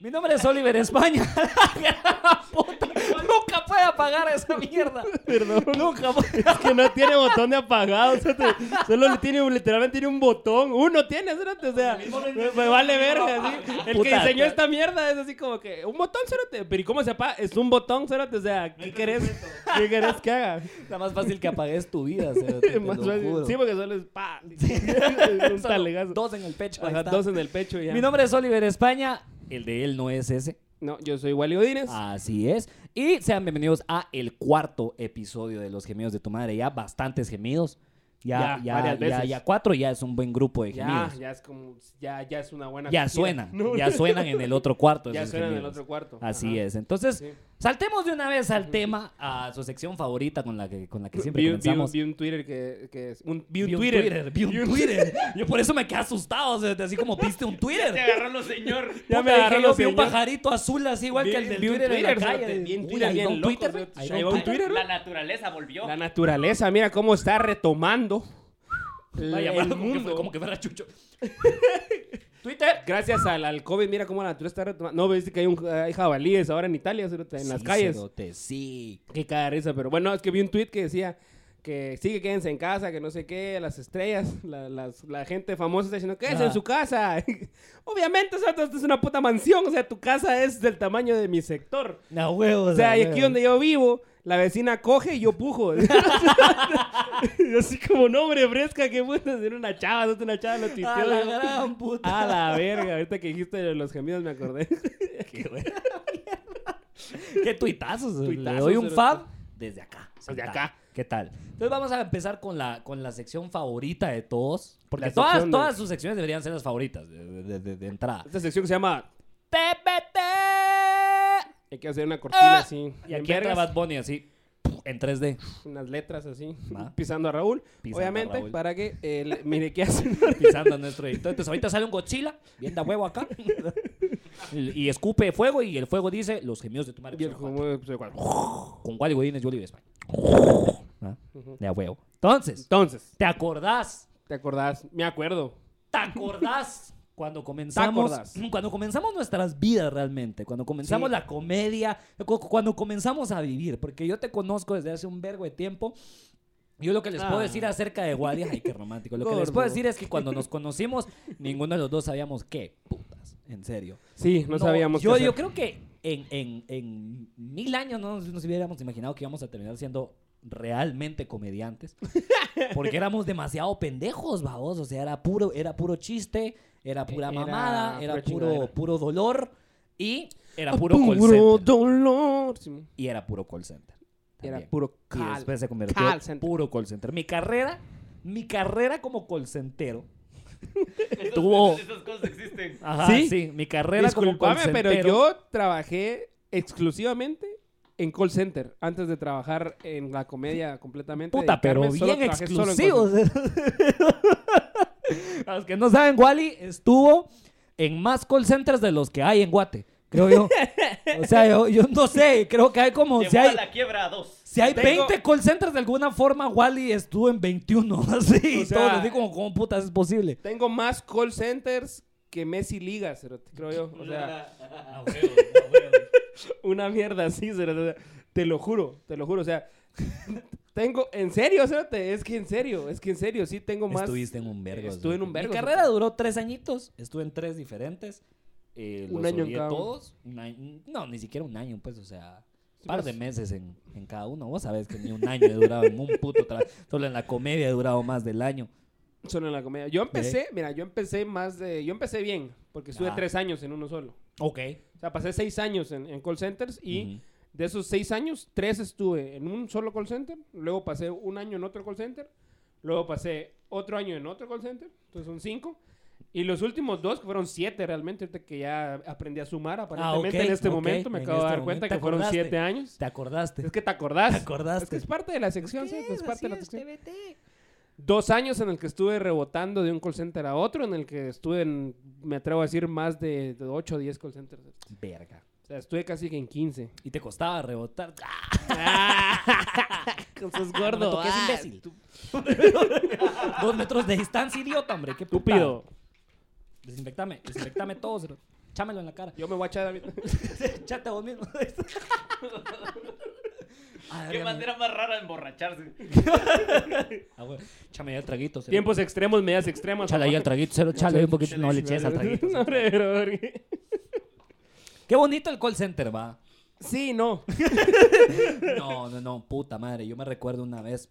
Mi nombre es Oliver España. La puta, Nunca puede apagar esa mierda. Perdón. Nunca puede. Es que no tiene botón de apagado. o sea, te- solo le tiene, literalmente tiene un botón. Uno tiene, espérate, o sea, me, me vale verga. así. El que Puta, diseñó claro. esta mierda es así como que, un botón, espérate. Pero ¿y cómo se apaga? Es un botón, espérate, o sea, ¿qué querés? ¿Qué querés que haga? La más fácil que apagues tu vida, cerote, te Más lo fácil. juro. Sí, porque solo es pa. un Solo talegazo. Dos en el pecho. ahí Ajá, está. dos en el pecho y ya. Mi nombre es Oliver España. El de él no es ese. No, yo soy Wally Odines. Ah, Así es. Y sean bienvenidos a el cuarto episodio de Los Gemidos de tu Madre. Ya bastantes gemidos. Ya, Ya, ya, varias ya, veces. ya cuatro ya es un buen grupo de ya, gemidos. Ya, ya es como, ya, ya es una buena. cocina. suenan. No, ya suenan en el otro cuarto. ya esos suena en el gemidos. otro cuarto. Así Ajá. es. Entonces, Sí. saltemos de una vez al tema, a su sección favorita con la que, con la que siempre Vi, un- vi, un, comenzamos. vi un Twitter que, que es. Un, vi un Vi un Twitter. vi un Twitter. Yo por eso me quedé asustado, o sea, así como viste un Twitter. Te agarró los señor. Ya Ya me me agarró yo los vi un señor. pajarito azul así igual Vi- que el del vi un Twitter, en la Twitter, calle. cerote, vi un Uy, Twitter ahí bien va un loco, Twitter, cerote. ahí Ahí va va un un Twitter, La naturaleza volvió. La naturaleza, mira cómo está retomando el, Vaya, el bueno, como que, mundo. fue- como que fuera chucho. Twitter. Gracias al, al COVID, mira cómo la naturaleza está retomando. No, ves que hay, un, hay jabalíes ahora en Italia, cerote, en las Sí, calles. cerote, sí. Qué cada risa, pero bueno, es que vi un tweet que decía que sí, que quédense en casa, que no sé qué, las estrellas, la, las- la gente famosa está diciendo, quédense Ah. en su casa. Obviamente, o sea, esto es una puta mansión, o sea, tu casa es del tamaño de mi sector. La huevo. O sea, y aquí donde yo vivo, la vecina coge y yo pujo. Y así como, no, hombre, fresca, que puedes hacer una chava, no una chava, lo tuiteó. A la gran puta. A la verga, ahorita que dijiste de los gemidos me acordé. Qué bueno. Qué tuitazos. Le Tuitazos, doy un cerote. fab desde acá. Desde sentado. acá. ¿Qué tal? Entonces vamos a empezar con la, con la sección favorita de todos. Porque La todas, sección de- todas sus secciones deberían ser las favoritas de, de- de- de entrada. Esta sección que se llama... TPT. Hay que hacer una cortina así. Ah, Y en aquí entra vergas. Bad Bunny así, en 3D. unas letras así, Va. pisando a Raúl, Pisando obviamente, a Raúl. para que eh, le- mire qué hacen. pisando a nuestro editor. Entonces ahorita sale un Godzilla, bien da huevo acá, y, y escupe fuego y el fuego dice los gemidos de tu madre. Y el son como- cuatro". Con Wally Godínez, yo Oliver España. ¿Ah? De a huevo. Entonces, Entonces, ¿te acordás? ¿te acordás? Me acuerdo. ¿Te acordás? Cuando comenzamos, acordás? cuando comenzamos nuestras vidas realmente, cuando comenzamos Sí. la comedia, cu- cuando comenzamos a vivir, porque yo te conozco desde hace un vergo de tiempo. Yo lo que les puedo Ah. decir acerca de Wally, ay, qué romántico. Lo que les puedo Gordo. decir es que cuando nos conocimos, ninguno de los dos sabíamos qué putas, en serio. Sí, no, sabíamos. Yo, qué yo hacer. creo que en, en- en mil años no nos, nos hubiéramos imaginado que íbamos a terminar siendo realmente comediantes. Porque éramos demasiado pendejos, babos. O sea, era puro, era puro chiste, era pura Era mamada, era pura puro, chingadera. puro dolor y era puro call Puro center. dolor. Sí, Y era puro call center. Era también. puro Y cal. después se convirtió call en center. puro call center. Mi carrera, mi carrera como call centero tuvo- Esas cosas existen. Ajá, ¿Sí? ¿Sí? mi carrera como call Disculpame, pero centero. yo trabajé exclusivamente en call center antes de trabajar en la comedia completamente. Puta, pero dedicarme, solo bien trabajé solo en call exclusivos. A los que no saben, Wally estuvo en más call centers de los que hay en Guate, creo yo. O sea, yo, yo no sé, creo que hay como... Llevó Si hay, a la quiebra a dos. si hay Tengo- 20 call centers de alguna forma, Wally estuvo en 21, así. O y sea- todos así como, ¿cómo putas es posible? Tengo más call centers que Messi Liga, cerote, creo yo. O sea, una mierda así, cerote, o sea, te lo juro, te lo juro, o sea, tengo, en serio, cerote, es que en serio, es que en serio, sí tengo más. Estuviste en un vergo. Estuve en un vergo, Mi sí. carrera duró tres añitos. Estuve en tres diferentes. eh, Un los año en odié cada uno. todos. Un año- no, ni siquiera un año, pues, o sea... Un Sí, par de pues. meses en, en cada uno. Vos sabés que ni un año he durado en un puto trabajo. Solo en la comedia he durado más del año. Solo en la comedia. Yo empecé, mira, yo empecé más de, yo empecé bien, porque estuve Ajá. tres años en uno solo. Ok. O sea, pasé seis años en, en call centers y Ujú. de esos seis años, tres estuve en un solo call center, luego pasé un año en otro call center, luego pasé otro año en otro call center, entonces son cinco. Y los últimos dos, que fueron siete realmente, ahorita que ya aprendí a sumar, aparentemente Ah, ok, en este ok, momento me en acabo de este dar cuenta momento. que fueron ¿Te acordaste? siete años. ¿Te acordaste? Es que te acordás. Te acordaste. pues Es que es parte de la sección, Es que ¿sí? Es es, parte de la así es, sección. TBT. Dos años en el que estuve rebotando de un call center a otro, en el que estuve, en, me atrevo a decir, más de de ocho o diez call centers. O Verga. sea, estuve casi que en quince. Y te costaba rebotar. Ah, Entonces, gordo, No me toques, ah, imbécil. Dos metros de distancia, idiota, hombre. Qué puta. Estúpido. Desinfectame, desinfectame todo. cerote. Chámelo en la cara. Yo me voy a echar David. Chate vos mismo. Ah, Qué verga, manera más rara de emborracharse. Ah, güey. Chame ya el traguito. cero. Tiempos extremos, medidas extremas. Chale ahí el traguito, cero chale ahí un poquito. chale, No le chale. eches al traguito. No, hombre, bro, porque- Qué bonito el call center, va. Sí, no. No, no, no, puta madre. Yo me recuerdo una vez,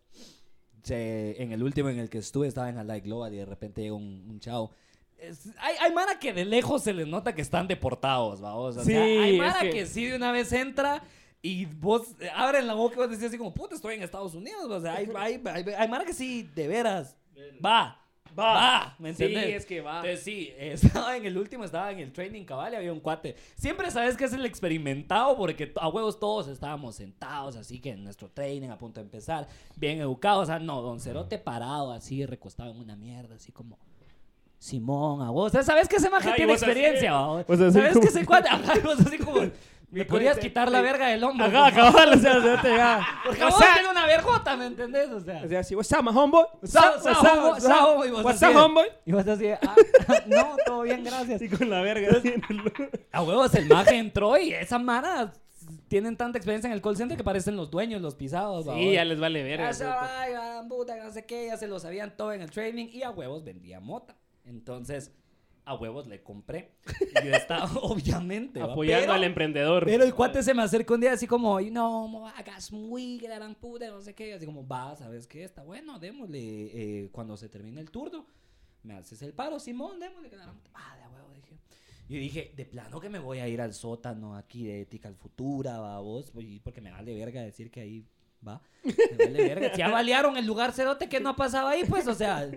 se- en el último en el que estuve, estaba en Alike Global y de repente llega un, un chavo. Es- hay, hay mara que de lejos se les nota que están deportados, vamos. O sea, Sí, hay es mara que... que- sí de una vez entra y vos eh, abren la boca y vos decís así como, puta, estoy en Estados Unidos. O sea, hay, hay, hay, hay mara que sí, de veras, va. Va, ¿me Sí, entiendes? es que va. Entonces, sí, estaba en el último, estaba en el training cabal y había un cuate. Siempre sabes que es el experimentado porque a huevos todos estábamos sentados, así que en nuestro training a punto de empezar, bien educados. O sea, no, don Cerote parado así, recostado en una mierda, así como... Simón, a vos. O sea, ¿Sabes que ese maje Ay, tiene vos así, experiencia? va? vos así ¿Sabes como- que ese cuate? Ajá, y vos así como... Me podrías cuate- quitar la verga del hombro. Ajá, como- cabal, o sea, o sea, te ya. Porque O vos sea, tenés una verjota, ¿me entendés? O sea... o sea, sí, what's up, my homeboy? What's Sa- up, sa- what's up, homo- what's sa- homo, up? y vos What's así up, de- homeboy? Y vos así, de, ah, no, todo bien, gracias. Y con la verga. así en el- A huevos, el maje entró y esa mara tienen tanta experiencia en el call center que parecen los dueños, los pisados. babón. Ah, Sí, ya les vale verga. Ya se cerote. va, y van, puta, que no sé qué, ya se lo sabían todo en el training y a huevos vendía mota. Entonces, a huevos le compré. Y yo estaba, obviamente, va, Apoyando pero- al emprendedor. pero el cuate se me acercó un día así como, "Ay, no, mo- hagas muy gran puta, no sé qué. Así como, va, ¿sabes qué? Está bueno, démosle eh, cuando se termine el turno. Me haces el paro, Simón, démosle. que la gran- Ah, de huevo, dije. Y dije, de plano que me voy a ir al sótano aquí de Ética al Futura, va vos, y porque me vale verga decir que ahí va. Me vale verga. Si ya balearon el lugar cerote que no pasaba ahí, pues, o sea,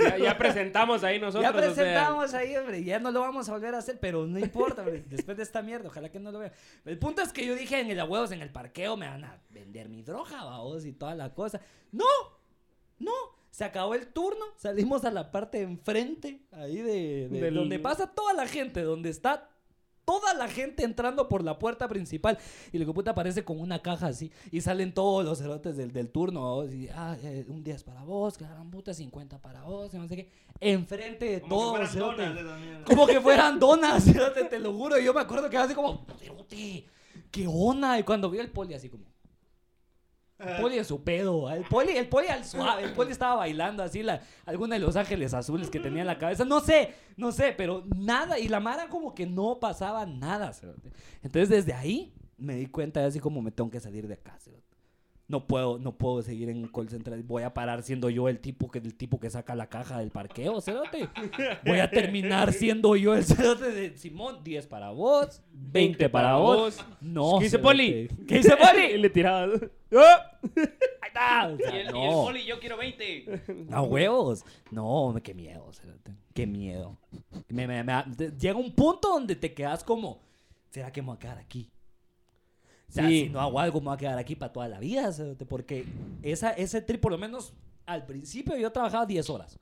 Ya, ya presentamos ahí nosotros. ya o sea, presentamos ahí, hombre, ya no lo vamos a volver a hacer, pero no importa, hombre, después de esta mierda, ojalá que no lo vean. El punto es que yo dije en el huevos, en el parqueo, me van a vender mi droga, babos, y toda la cosa. ¡No! ¡No! Se acabó el turno, salimos a la parte de enfrente, ahí de, de Del- donde pasa toda la gente, donde está toda la gente entrando por la puerta principal. Y lo que puta aparece con una caja así. Y salen todos los cerotes del, del turno. ¿vos? Y, ah, eh, un 10 para vos, que la gran puta, 50 para vos, que no sé qué. Enfrente de Como todos. que fueran cerote. donas esas mierdas. como que fueran donas, cerote, te lo juro. Y yo me acuerdo que era así como, cerote, qué onda. Y cuando vio el poli así como. El poli de su pedo, el poli, el poli al suave, el poli estaba bailando así la, alguna de los ángeles azules que tenía en la cabeza, no sé, no sé, pero nada, y la Mara como que no pasaba nada, cerote. entonces desde ahí me di cuenta de así como me tengo que salir de acá, cerote. no puedo, no puedo seguir en un call center, voy a parar siendo yo el tipo que, el tipo que saca la caja del parqueo, cerote, voy a terminar siendo yo el cerote de Simón, 10 para vos, 20 para vos, no. ¿Qué dice cerote. Poli? ¿Qué dice Poli? Y le tiraba. ¡Ah! Ahí está, o sea, Y el, y el no. poli, yo quiero 20. A huevos. No, hombre, qué miedo, cerote. Qué miedo. Me- me- me- te- llega un punto donde te quedas como, ¿será que me voy a quedar aquí? O sea, Sí. si no hago algo, me voy a quedar aquí para toda la vida, cerote, porque esa, ese trip, por lo menos al principio yo trabajaba 10 horas.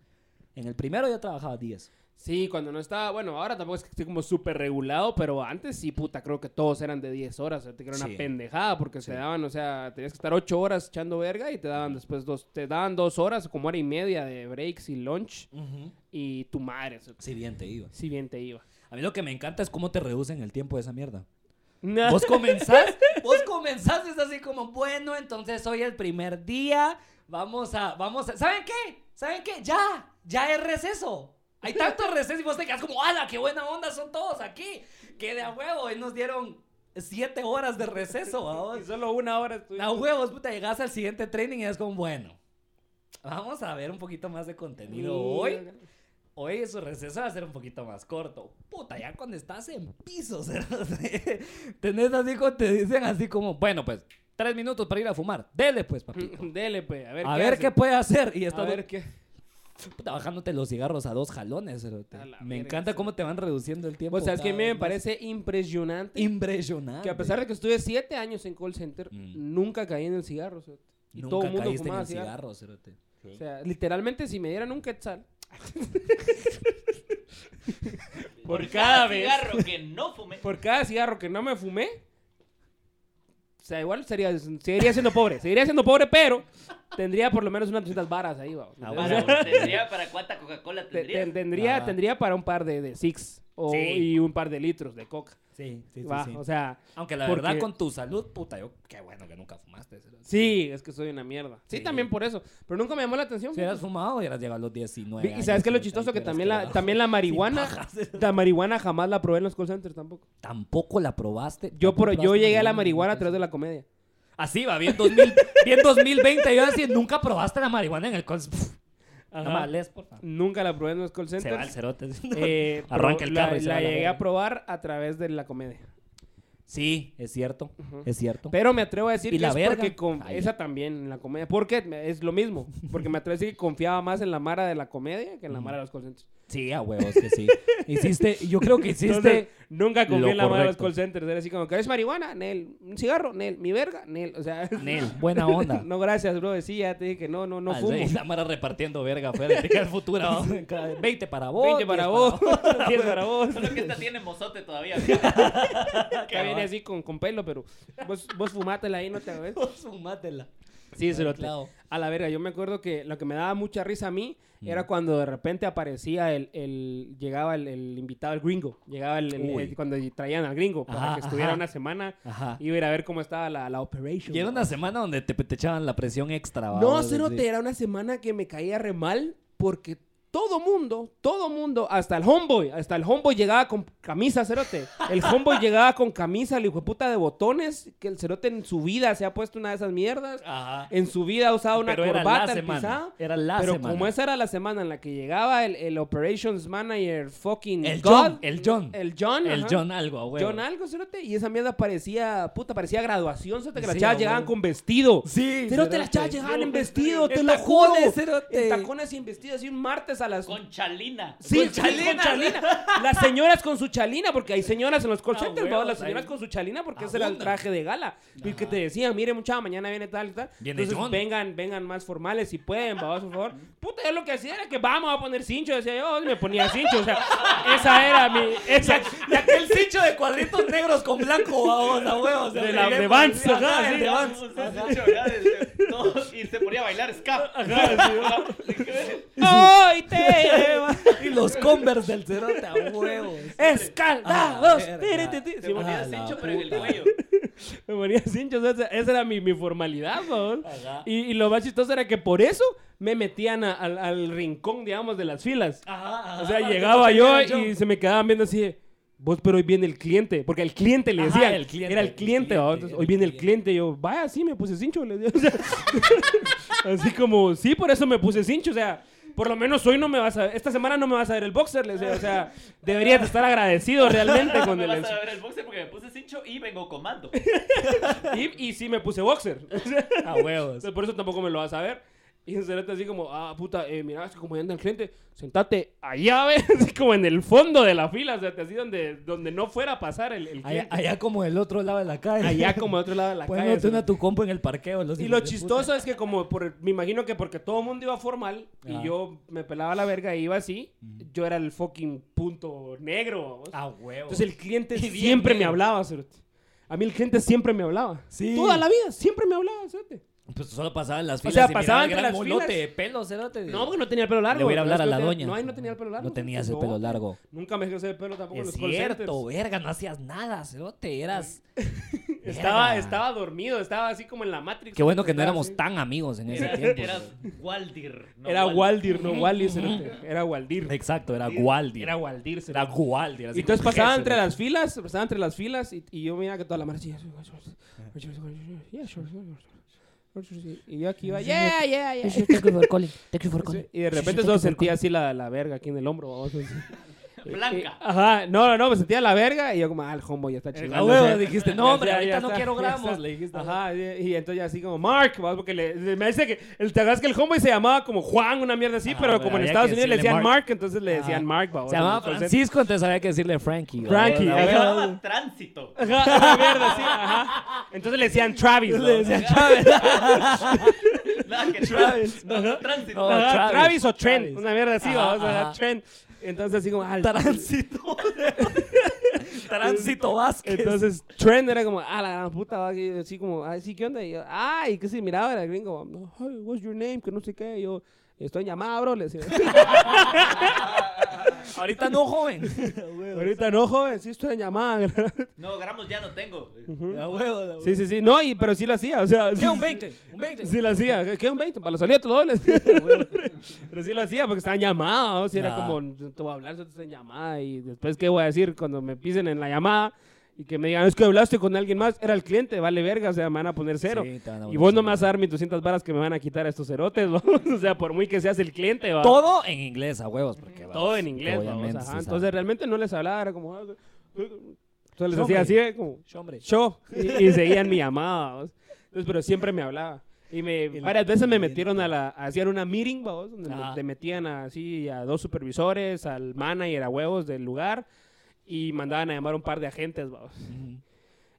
En el primero yo trabajaba 10. Sí, cuando no estaba. Bueno, ahora tampoco es que esté como súper regulado, pero antes sí, puta, creo que todos eran de 10 horas. o sea, que era una Sí. pendejada porque se daban, o sea, tenías que estar 8 horas echando verga y te daban después dos. Te daban 2 horas, como hora y media de breaks y lunch. Y tu madre, o sea, Sí, bien te iba. si bien te iba. A mí lo que me encanta es cómo te reducen el tiempo de esa mierda. No. Vos comenzás, vos comenzás, es así como, bueno, entonces hoy el primer día, vamos a, vamos a, ¿saben qué? ¿Saben qué? Ya, ya es receso. Hay tantos recesos y vos te quedas como, ¡ala, qué buena onda son todos aquí! Que de a huevo, hoy nos dieron siete horas de receso, vamos. Y solo una hora estuviste. A huevos, puta, llegás al siguiente training y es como, bueno, vamos a ver un poquito más de contenido hoy. Hoy su receso va a ser un poquito más corto. Puta, ya cuando estás en piso, cerote, tenés así como te dicen así como, bueno, pues, tres minutos para ir a fumar. Dele pues, papito. Dele, pues, a ver A ver hace. qué puede hacer. Y A estás ver qué. puta, bajándote los cigarros a dos jalones, cerote. A la Me verga, encanta cómo te van reduciendo el tiempo. Vos sabes que a mí cada me vez más. parece impresionante. impresionante. Que a pesar de que estuve siete años en call center, Mm. nunca caí en el cigarro. o sea, y Nunca todo el mundo caíste en fumaba el cigarro, cigarro. cerote. O sea, literalmente, si me dieran un quetzal. por, cada, vez. Pues cigarro que no fumé. Por cada cigarro que no me fumé. O sea, igual sería, seguiría siendo pobre. Seguiría siendo pobre, pero tendría por lo menos unas 200 varas ahí, va. Ah, O sea, bueno. Para, ¿Tendría para cuánta Coca-Cola te- te- tendría? tendría, Ajá. tendría para un par de, de six. o- Sí. y un par de litros de coca. Sí, sí, sí. Va, sí. O sea, Aunque la porque- verdad, con tu salud, puta, yo, qué bueno que nunca fumaste. Si sí, es que soy una mierda. Sí, Sí. también por eso. Pero nunca me llamó la atención. hubieras fumado, hubieras llegado a los 19. y sabes que que lo chistoso que también la, también la marihuana, la marihuana jamás la probé en los call centers tampoco. Tampoco la probaste. Yo, tampoco pro- yo probaste llegué a la marihuana a través de la comedia. Así va, bien, 2000, bien 2020. Yo así, nunca probaste la marihuana en el cons. Pff, No Ajá. más lees, por favor. Nunca la probé en los call Se va el centers. cerote. Eh, pero Arranca el la- carro y se la va a la llegué verga. a probar a través de la comedia. Sí, es cierto. Ujú. Es cierto. Pero me atrevo a decir ¿Y que la es verga? porque con- Ay. esa también en la comedia. Porque es lo mismo. Porque me atrevo a decir que confiaba más en la mara de la comedia que en la Mm. mara de los call centers. Sí, a huevos que sí. Hiciste, yo creo que hiciste. Entonces, nunca este, lo confié en la mara de los correcto. call centers. Era así como, ¿querés marihuana? Nel. ¿Un cigarro? Nel. ¿Mi verga? Nel. O sea... Nel, buena onda. no, gracias, bro. Sí, ya te dije que no, no, no Ah, fumo. sí, la Mara repartiendo verga afuera. Te queda el futuro. ¿no? 20 para vos. 20 para 10 vos, 10 para vos. Solo que esta tiene mozote todavía. Que viene así con, con pelo, pero vos, vos fumátela ahí, no te ves. vos. Sumátela. Sí, se lo Claro. A la verga, yo me acuerdo que lo que me daba mucha risa a mí era cuando de repente aparecía el, el llegaba el, el invitado, el gringo. Llegaba el, el- Uy. el- cuando traían al gringo para Ajá, que estuviera ajá. una semana. Ajá. Iba a ir a ver cómo estaba la, la operation. Y era una semana donde te, te echaban la presión extra. ¿va? No, Vos cerote, decís, era una semana que me caía re mal porque todo mundo, todo mundo, hasta el homeboy, hasta el homeboy llegaba con camisa, cerote. El homeboy llegaba con camisa, el hijo de puta de botones, que el cerote en su vida se ha puesto una de esas mierdas. Ajá. En su vida ha usado una Pero era corbata, la el semana. pisado. Era la Pero semana. como esa era la semana en la que llegaba el, el operations manager fucking El God, John, el John. el John, El ajá. John algo, a huevo. John algo, cerote, y esa mierda parecía, puta, parecía graduación, cerote, que las Sí, chavas a llegaban huevo. con vestido. Sí. Cerote, las cerote. chavas llegaban No, pues, en vestido, en te lo juro. Eh. tacones, cerote. En tacones y en vestido, así un martes a las... Con chalina. Sí, con sí, chalina. Las señoras con su chalina, porque hay señoras en los call Ah, centers, huevos, ¿no? las señoras ahí. Ah, con su chalina, porque ese era el Abundan. traje de gala. Y que te decían, mire, muchacha, mañana viene tal y tal. Viene Entonces John. vengan, vengan más formales si pueden, babos, por favor. Puta, yo lo que hacía era que vamos a poner cincho. Decía yo, y me ponía cincho. O sea, esa era mi. Esa, Y aquel cincho de cuadritos negros con blanco, vamos, a huevos. De la- de Vans, ajá, Ajá, el sí, de No, Vans. pues, ese chorro, ese- no, Este, y se ponía a bailar ska. ¡Hoy te va! Y los Converse del cerote, a huevos. ¡Escaldados! Ah, Tiri, tiri, tiri. Se Ah, Sí, ponía la cincho, pero en el puta. cuello. Me ponía cincho. o sea, Esa, esa era mi, mi formalidad, babos. Ajá. Y, y lo más chistoso era que por eso me metían a- al, al rincón, digamos, de las filas. Ajá, O sea, ajá, llegaba porque yo Ah, era y se me quedaban viendo así, de, vos, pero hoy viene el cliente, porque al cliente le Ajá, decía, el cliente, era el el cliente, ¿va? cliente, Entonces, el hoy viene el cliente. cliente, y yo, vaya, sí, me puse cincho, le digo, o sea, así como, sí, por eso me puse cincho, o sea, por lo menos hoy no me vas a, esta semana no me vas a ver el boxer, le decía, o sea, deberías de estar agradecido realmente No con me el... vas a ver el boxer porque me puse cincho y vengo comando. Y, y sí me puse boxer, A huevos. Entonces, por eso tampoco me lo vas a ver. Y el cerote así como, ah, puta, eh, mira, es que como ya anda el cliente, sentate allá, ¿ves? Así como en el fondo de la fila, o sea, así donde, donde no fuera a pasar el, el Allá, cliente. allá como del otro lado de la calle. Pues Allá, como de otro lado de la Poniéndote calle. cerote. una tu compo en el parqueo. los Y hijos lo de puta. chistoso es que como por, me imagino que porque todo el mundo iba formal y Ajá. yo me pelaba la verga y iba así, yo era el fucking punto negro. vamos. A huevos. Entonces el cliente Y Ah, bien siempre me negro. hablaba, cerote. A mí el cliente siempre me hablaba. Sí. Toda la vida, siempre me hablaba, cerote. Pues solo pasaban las sea, filas. y miraba el pasaba entre gran las molote filas. de pelo, cerote. No, porque no tenía el pelo largo. Le voy a ir a hablar a la No, doña. No, ahí no tenía el pelo largo. No tenías el No, pelo largo. Nunca me dejé el pelo tampoco en Es los call cierto, centers. verga, no hacías nada, cerote. Eras. Estaba, Verga. estaba dormido, estaba así como en la Matrix. Qué bueno que no Estaba éramos así. tan amigos en ese Eras, tiempo. eras pues. Waldir. no Era Waldir. Waldir, no Wally. cerote. Era Waldir. Exacto, era Waldi. Era Waldir. cerote. Era Waldi. era así Y entonces como pasaba jefe, entre ¿no? las filas, pasaba entre las filas y, y yo miraba que toda la marcha. "Yeah, sure, sure, sure, sure, yeah, sure, sure, sure, sure, sure". Y yo aquí iba, yeah, yeah, yeah. Thank you for calling. Thank you for calling. Y de repente solo sentía así la, la verga aquí en el hombro. vamos, así. Eh, Blanca. Ajá, no, no, no, me sentía la verga y yo como, ah, el hombo ya está chingando. A huevo, dijiste, no, hombre, ahorita no quiero gramos. gramos Le dijiste, Ajá, y, y entonces así como, Mark, vamos, porque le, le- me dice que, el, te acuerdas que el homeboy se llamaba como Juan, una mierda así, Ah, pero bueno, como en había Estados que Unidos decirle le decían Mark, Mark. entonces le Ah. decían Mark, vamos. Se llamaba Francisco, entonces había que decirle Frankie. ¿va? Frankie, La a Se verga. llamaba Tránsito. Ajá, una mierda así, ajá. Entonces le decían Le Travis, vamos. decía Chávez. Nada que Travis. No, no, No, Tránsito. Ajá, Travis, Travis, o Trent, Travis. una mierda así, Ajá, vamos, ajá, ajá. Trent. Entonces así como, ah, el- Tránsito. Tránsito Vázquez. Entonces, Trent era como, ah, la gran puta, va, que- así como, ah, sí, ¿qué onda? Y yo, ah, y que se miraba, era gringo, no, hey, what's your name? Que no sé qué. Y yo, estoy en llamada, bro, le decía. Ahorita no, joven. Ahorita no, joven, sí estoy en llamada. No, gramos ya no tengo. A huevo, a huevo. sí, sí, sí. No, y, pero sí lo hacía, o sea... ¿Qué, un 20? ¿Un 20? Sí lo hacía. ¿Qué un 20? Para los salietos dobles. pero sí lo hacía porque estaba en llamada, o sea, era Nah. como, te voy a hablar, solo estoy en llamada. Y después, ¿qué voy a decir cuando me pisen en la llamada? Y que me digan, es que hablaste con alguien más, era el cliente, vale verga, o sea, me van a poner cero. Sí, te van a y poner vos no cero. me vas a dar mis 200 varas que me van a quitar a estos cerotes, vamos, o sea, por muy que seas el cliente, va. Todo en inglés, a huevos. Porque, Todo en inglés, vamos, obviamente, ajá. sí Entonces sabe. realmente no les hablaba, era como... "Ah, eh, eh". Entonces les Hombre. hacía así, eh, como... Sí, hombre. Yo. Y, y seguían mi llamada, vamos. Entonces, pero siempre me hablaba. Y me, varias veces me metieron a la... Hacían una meeting, vamos, donde me- Ajá. te metían así a dos supervisores, al manager, a huevos del lugar. Y mandaban a llamar a un par de agentes, vamos. Ujú.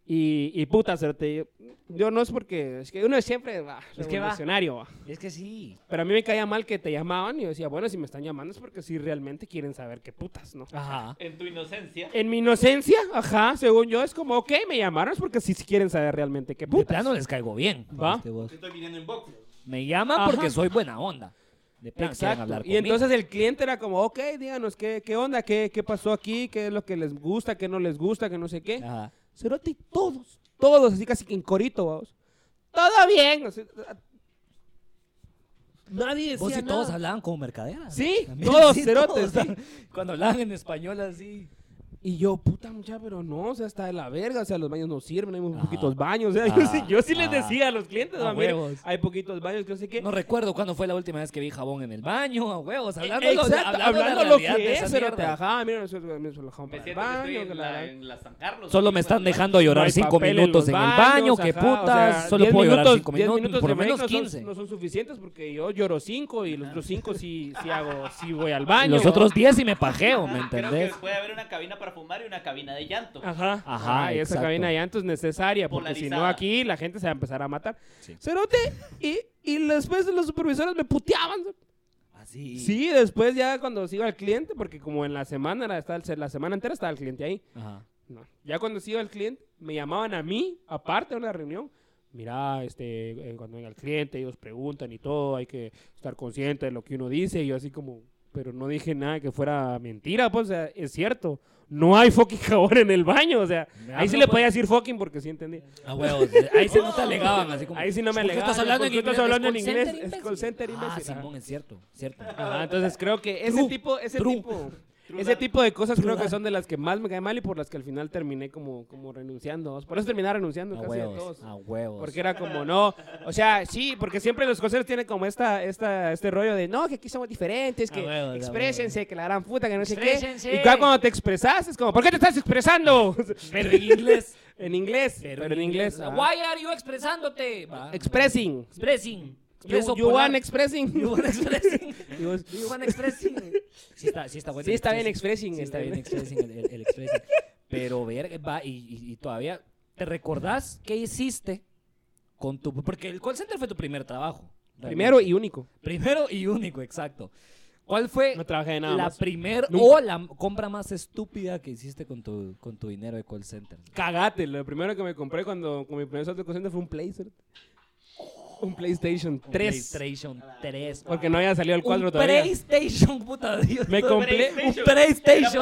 Y, y puta, cerote, yo, yo no es porque... Es que uno es siempre va, Es que va. revolucionario, va. Es que sí. Pero a mí me caía mal que te llamaban y yo decía, bueno, si me están llamando es porque sí realmente quieren saber qué putas, ¿no? Ajá. En tu inocencia. En mi inocencia, ajá, según yo, es como, ok, me llamaron es porque sí, sí quieren saber realmente qué De putas. plano les caigo bien. Va. Este vos. Porque estoy viniendo en box. Me llaman Ajá. porque soy buena onda. De plano quieren Exacto. hablar Y conmigo. entonces el cliente era como, ok, díganos qué, qué onda, ¿Qué, qué pasó aquí, qué es lo que les gusta, qué no les gusta, qué no sé qué. Ajá. Cerote, y todos, todos, así casi que en corito, vamos. Todo bien. así, a- nadie decía Vos y nada. todos hablaban como mercaderas. Sí, También, todos sí, cerotes, todos. sí. Cuando hablaban en español así. Y yo, puta mucha, pero no, o sea, está de la verga, o sea, los baños no sirven, hay muy Ajá. poquitos baños, o sea, yo Ah, sí, yo sí les ah. decía a los clientes, A "Ah, mire, huevos. hay poquitos baños, que no sé qué. No recuerdo cuándo fue la última vez que vi jabón en el baño, a huevos. Hablando, E Exacto, de, hablando, de la hablando lo realidad de que es, esa pero te mierda. ajá, mira, nosotros me jabón Me para el siento que estoy baño, que en la- la, en la San Carlos. Solo aquí, me están bueno, dejando llorar hay 5 papel en minutos los en, el baños, baño, qué ajá, putas. o sea, solo 10 puedo llorar minutos- 5 10 minutos, por lo de break menos no son- 15. No son, suficientes porque yo lloro 5 y los otros 5 sí, sí hago, sí voy al baño. Los otros 10 y me pajeo, ¿me Ajá, entendés? Creo que puede haber una cabina para fumar y una cabina de llanto. Ajá, Ajá, ajá, y esa exacto. cabina de llanto es necesaria porque si no Polarizada. aquí la gente se va a empezar a matar. Sí. Cerote, y, y después los supervisores me puteaban. Así. Sí, después ya cuando sigo al cliente, porque como en la semana, era, estaba el- la semana entera estaba el cliente ahí. Ajá. No. Ya cuando sigo al cliente, me llamaban a mí, aparte de una reunión. Mira, este, eh, cuando venga el cliente, ellos preguntan y todo, hay que estar consciente de lo que uno dice. Y yo así como, pero no dije nada que fuera mentira, pues, o sea, es cierto. No hay fucking jabón en el baño, o sea, Me ahí sí hablo, le pues. podía decir fucking porque sí entendí. A huevos. Ahí Ah, sí no te alegaban, así como. Ahí sí no "¿Por qué me alegaban, Estás hablando en ¿por qué inglés. estás hablando en Es inglés? call Es center, call center, Ah, imbécil. Simón, es cierto, cierto. Ajá, Ah, entonces creo que ese True, tipo, ese true. tipo, Ah, True ese that. tipo de cosas True creo que that. son de las que más me cae mal y por las que al final terminé como, como renunciando. Por eso terminé renunciando A casi de todos. huevos, a huevos. Porque era como, no, o sea, sí, porque siempre los conciertos tienen como esta, esta, este rollo de, no, que aquí somos diferentes, que A huevo, a exprésense, que la gran puta, que no sé qué. Exprésense. Y ya cuando te expresas, es como, ¿por qué te estás expresando? Pero en inglés. en inglés, pero, en inglés. ajá. Why are you expresándote? Va. Expressing. Expressing. You, ah. Expreso you polar. want expressing. You want expressing. Y vos- You want expressing. Sí está, sí está bueno. Sí, el está bien expressing, Sí está el- bien expressing el, el- el expressing. Pero verga, va, y, y- y todavía, ¿te recordás qué hiciste con tu... Porque el call center fue tu primer trabajo. Primero y único. Primero y único, exacto. ¿Cuál fue No trabajé de nada la más. primer Nunca. o la compra más estúpida que hiciste con tu, con tu dinero de call center? Cagate, lo primero que me compré cuando con mi primer salto consciente fue un PlayStation. Un PlayStation 3. PlayStation 3. Porque no había salido el 4 un todavía. PlayStation, puta Dios. Me Un compré un PlayStation.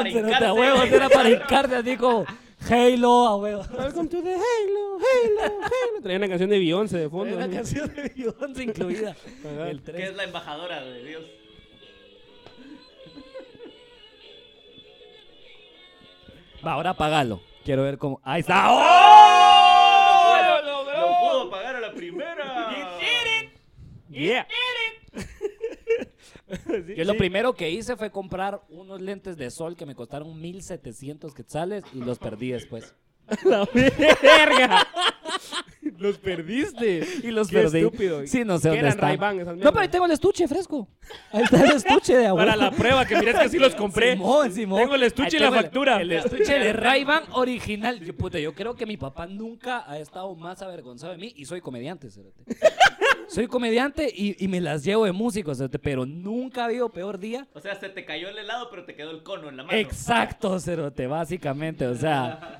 PlayStation, Era para cerote, a hincarse. huevos, era para hincarte así como Halo, a huevos. Welcome to the Halo, Halo, Halo. Traía una canción de Beyoncé de fondo. Era así. canción de Beyoncé incluida. Ajá. El Que es 3. la embajadora de Dios. Va, ahora apagalo. Quiero ver cómo. ¡Ahí está! ¡Oh! ¡Oh! ¡Lo logró! ¡Lo pudo pagar a la primera! Yeah. Sí, Yo lo sí. primero que hice fue comprar unos lentes de sol que me costaron 1700 quetzales y los perdí después. La verga. Los perdiste. Y los Qué perdí. estúpido. Sí, no sé Que dónde eran están. Ray-Ban esas No, pero ahí mierdas. tengo el estuche fresco. Ahí está el estuche de agua. Para la prueba, que miras que sí los compré. Simón, Simón. Tengo el Ahí estuche y la tengo el- factura. El, estuche de Ray-Ban original. Yo, puta, yo creo que mi papá nunca ha estado más avergonzado de mí y soy comediante, cerote. Soy comediante y, y me las llevo de músico, cerote, pero nunca ha habido peor día. O sea, se te cayó el helado, pero te quedó el cono en la mano. Exacto, cerote, básicamente, o sea,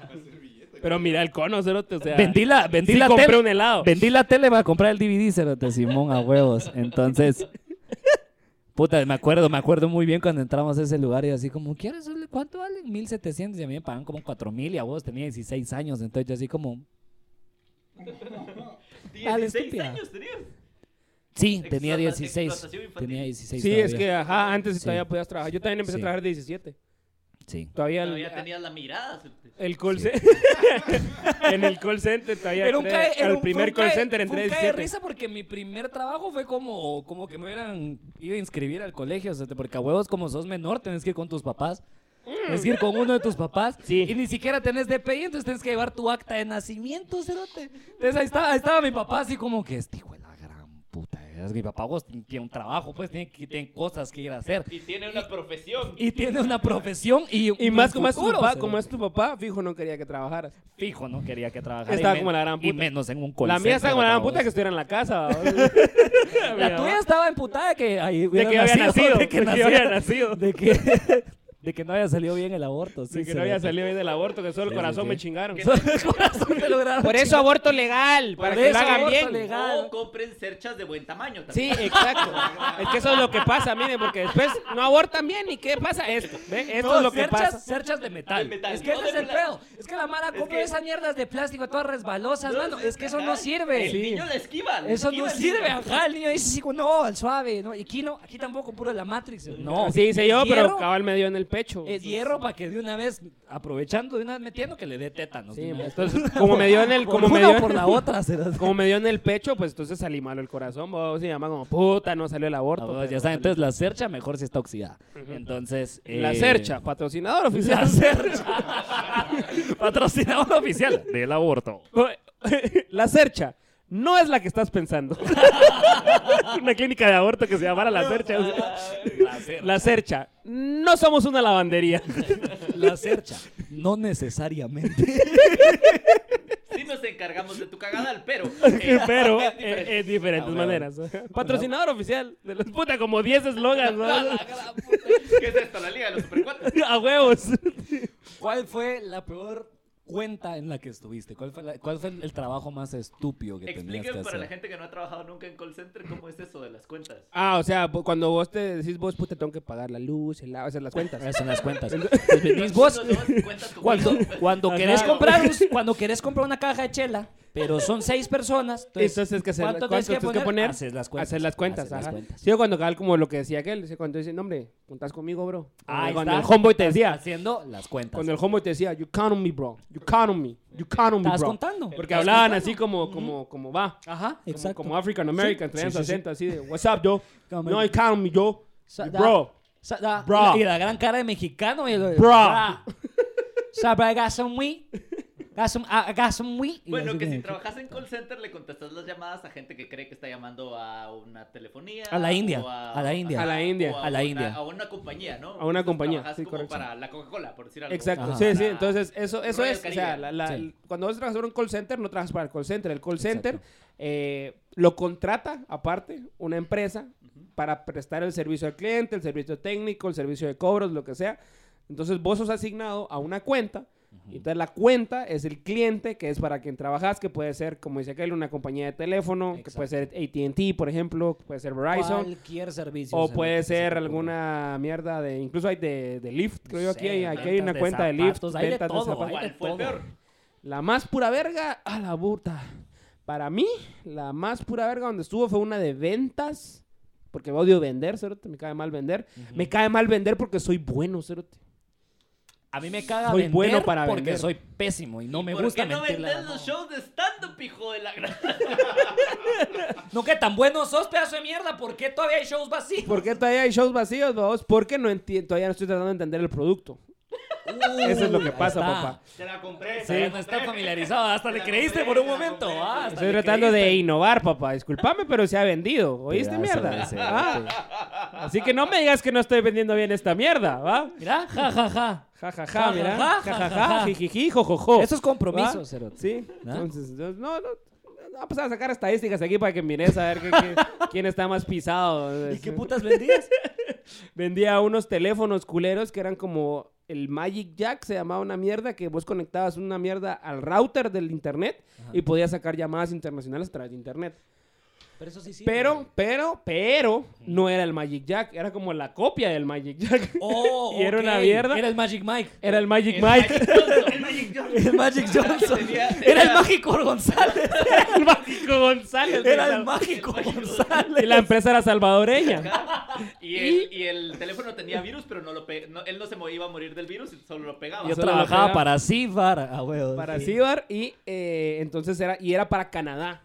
Pero mira el cono, cerote. O sea, vendí la, vendí sí la compré tele, un helado. vendí la tele para comprar el DVD, cerote, Simón, a huevos, entonces, Puta, me acuerdo, me acuerdo muy bien cuando entramos a ese lugar y así como, ¿quieres? el- ¿Cuánto valen? 1700 y a mí me pagan como 4000 y a vos tenía 16 años, entonces yo así como, Dale, 16 estúpida. años tenías. sí, tenía Explota- 16. explotación infantil. Tenía 16. Sí, es que, todavía. ajá, antes Sí. todavía podías trabajar. Yo también empecé Sí. a trabajar de 17. Sí. Todavía, el- Todavía tenías la mirada. cerote. el call center. en el call center todavía Era un entré- cae- era al un- primer fue un call cae- center fue entré un cae de 17. risa porque mi primer trabajo fue como, como que me hubieran ido a inscribir al colegio, o sea, te- porque a huevos como sos menor tenés que ir con tus papás. Tienes que ir con uno de tus papás Sí. y ni siquiera tenés DPI, entonces tienes que llevar tu acta de nacimiento, cerote. Entonces ahí estaba, ahí estaba mi papá así como que este hijo de la gran puta. Es que mi papá vos tiene un trabajo, pues tiene, que- tiene cosas que ir a hacer. Y tiene una profesión. Y tiene una profesión y, Y un más como es, tu futuro, papá, cerote. como es tu papá, fijo, no quería que trabajaras. fijo, no quería que trabajara. y Estaba men- como la gran Y puta. menos en un call la mía center, está como la gran babos. puta que estuviera en la casa. babos. La tuya estaba emputada de que ahí De hubiera que yo había nacido. de que, de que yo había naciera- nacido. de que- de que no había salido bien el aborto. Sí, De que se no había nota. salido ahí del aborto, que solo Sí, el sí, corazón sí. me chingaron. El corazón te lograron Por eso chingar. aborto legal, Por para que eso lo hagan aborto bien. legal. O compren cerchas de buen tamaño Sí, también. exacto. es que eso es lo que pasa, miren, porque después no abortan bien y qué pasa esto. ¿Ve? Esto No, es lo que cerchas- pasa. cerchas de metal. Ah, De metal, Es que no ese es de el plástico. pedo. Es que la mara Es compra que- esas mierdas de plástico todas resbalosas, mano. Es que eso no legal. sirve. El niño la esquiva. la Eso no esquiva el sirve, niño. ajá, el niño dice así como, no, al suave, no, y aquí no, aquí tampoco, puro la Matrix, no. Así hice yo, pero Hierro, cabal me dio en el pecho. Es hierro para que de una vez, aprovechando, de una vez metiendo que le dé tétanos. de Sí, una vez. entonces, como me dio en el, Por como me una dio o por la otra, serás. Como me dio en el pecho, pues entonces salí malo el corazón. babos, y mi mamá como, puta, no salió el aborto. Ah, pero ya saben, salió". entonces la cercha mejor si está oxidada. Entonces. La eh, Cercha, patrocinador La oficial. cercha. Patrocinador oficial del aborto. La Cercha no es la que estás pensando. una clínica de aborto que se llamara La Cercha. La cercha. La Cercha, no somos una lavandería. La cercha. No necesariamente. Sí nos encargamos de tu cagada, pero... Pero es eh, diferente. en diferentes Ah, maneras. Patrocinador oficial. De los puta, como 10 eslogans. ¿no? ¿Qué es esto? La liga de los supercuates. A huevos. ¿Cuál fue la peor cuenta en la que estuviste? ¿Cuál fue, la- cuál fue el, el trabajo más estúpido que tenías que Expliquen para la hacer? gente que no ha trabajado nunca en call center cómo es eso de las cuentas. Ah, o sea, pues, cuando vos te decís, vos, puta, tengo que pagar la luz, el agua, hacer las cuentas. Esas son las cuentas. Pues venís vos, No, no, cuentas conmigo. cuando, cuando Ajá. querés comprar un- cuando querés comprar una caja de chela, pero son seis personas, entonces, Entonces, ¿qué hacer? ¿cuánto ¿Cuánto tienes que tienes poner? que poner? Haces las cuentas. Hacer las cuentas, Haces las ajá. cuentas. Sí, yo cuando cabal, como lo que decía aquel, sí, cuando dicen, hombre, contás conmigo, bro. Ahí cuando está. el homeboy te decía, haciendo las cuentas. cuando el homeboy te decía, you count on me, bro, you count on me, you count on me, Estabas bro. contando. Porque Estabas hablaban contando. así como, como, como va. Ajá, Como- exacto. Como, African American, Sí, traían sí, su sí, sí. acento así de, what's up, yo? Come No, on. you count on me, yo. Sa- da- Bro. sa- da- Bra. Y, la gran cara de mexicano. Y el, Bra. Sabra, I got some weed. Got some, ah, I I got some weed. Y Bueno, así que como si trabajas en call center le contestas las llamadas a gente que cree que está llamando a una telefonía. A la India, o a la India. A la India, o a la una- India. A una compañía, ¿no? A una compañía, trabajas sí, como correcto. para la Coca-Cola, por decir algo. Exacto, Ajá. sí, sí, Para- entonces eso, eso Royal es, o sea, Caribbean. la- la- Sí. cuando vas a trabajar en un call center, no trabajas para el call center, el call center Exacto. eh, lo contrata aparte una empresa para prestar el servicio al cliente, el servicio técnico, el servicio de cobros, lo que sea. Entonces vos sos asignado a una cuenta. y Entonces la cuenta es el cliente que es para quien trabajas, que puede ser, como dice aquel, una compañía de teléfono, que puede ser ATT, por ejemplo, puede ser Verizon, Cualquier servicio. o sea, lo puede que se ser te ocurra. alguna mierda de. Incluso hay de, de Lyft, creo yo. Aquí Sí, hay, aquí hay ventas una de cuenta de Lyft. zapatos, hay de ventas todo, zapatos. hay de ¿Cuál fue el todo. peor? La más pura verga, a la puta. Para mí, la más pura verga donde estuvo fue una de ventas. Porque me odio vender, cerote. Me cae mal vender. Me cae mal vender porque soy bueno, cerote. A mí me caga Soy vender bueno para porque vender. soy pésimo y no me ¿Por gusta qué no mentirle a la vendes los gente. shows de stand-up, hijo de la gran... No, que tan bueno sos, pedazo de mierda. ¿Por qué todavía hay shows vacíos? ¿Por qué todavía hay shows vacíos, babos? Porque no entiendo, todavía no estoy tratando de entender el producto. Eso es lo que Ahí pasa, está. papá. Te la compré. Sí, no está familiarizado. Hasta le creíste por un momento. ah, hasta Estoy le tratando creíste. de innovar, papá. Disculpame, pero se ha vendido. ¿Oíste, Pedazo de mierda? ese, Ah. Así que no me digas que no estoy vendiendo bien esta mierda, ¿va? Mira, ja, ja, ja. Ja, ja, Ja, ja, mira. ja, Ja, ja, ja, ja, ja. ja, jijiji, jojojo. Eso es compromiso, ¿Va? cerote. Sí. ¿No? Entonces, no, no, no. Vamos a sacar estadísticas aquí para que mires a ver qué- qué- quién está más pisado. ¿Y qué putas vendías? Vendía unos teléfonos culeros que eran como el Magic Jack, se llamaba una mierda, que vos conectabas una mierda al router del internet y podías sacar llamadas internacionales a través de internet. Pero eso sí sí. Pero, Pero, pero, no era el Magic Jack, era como la copia del Magic Jack. Oh, Y era ok. una mierda. Era el Magic Mike. Era el Magic El Mike. Magic Johnson, el Magic Johnson. El Magic Johnson. Tenía- Era el tenía- Mágico González. el Mágico González. Era el ¿verdad? Mágico el Mágico González. Y la empresa era salvadoreña. Y el, y el teléfono tenía virus, pero no lo pe- no- él no se mo- iba a morir del virus, solo lo pegaba. Yo Solo la trabajaba pegaba. para Cifar. Ah, huevo, Para sí. Cibar y eh, entonces era, y era para Canadá.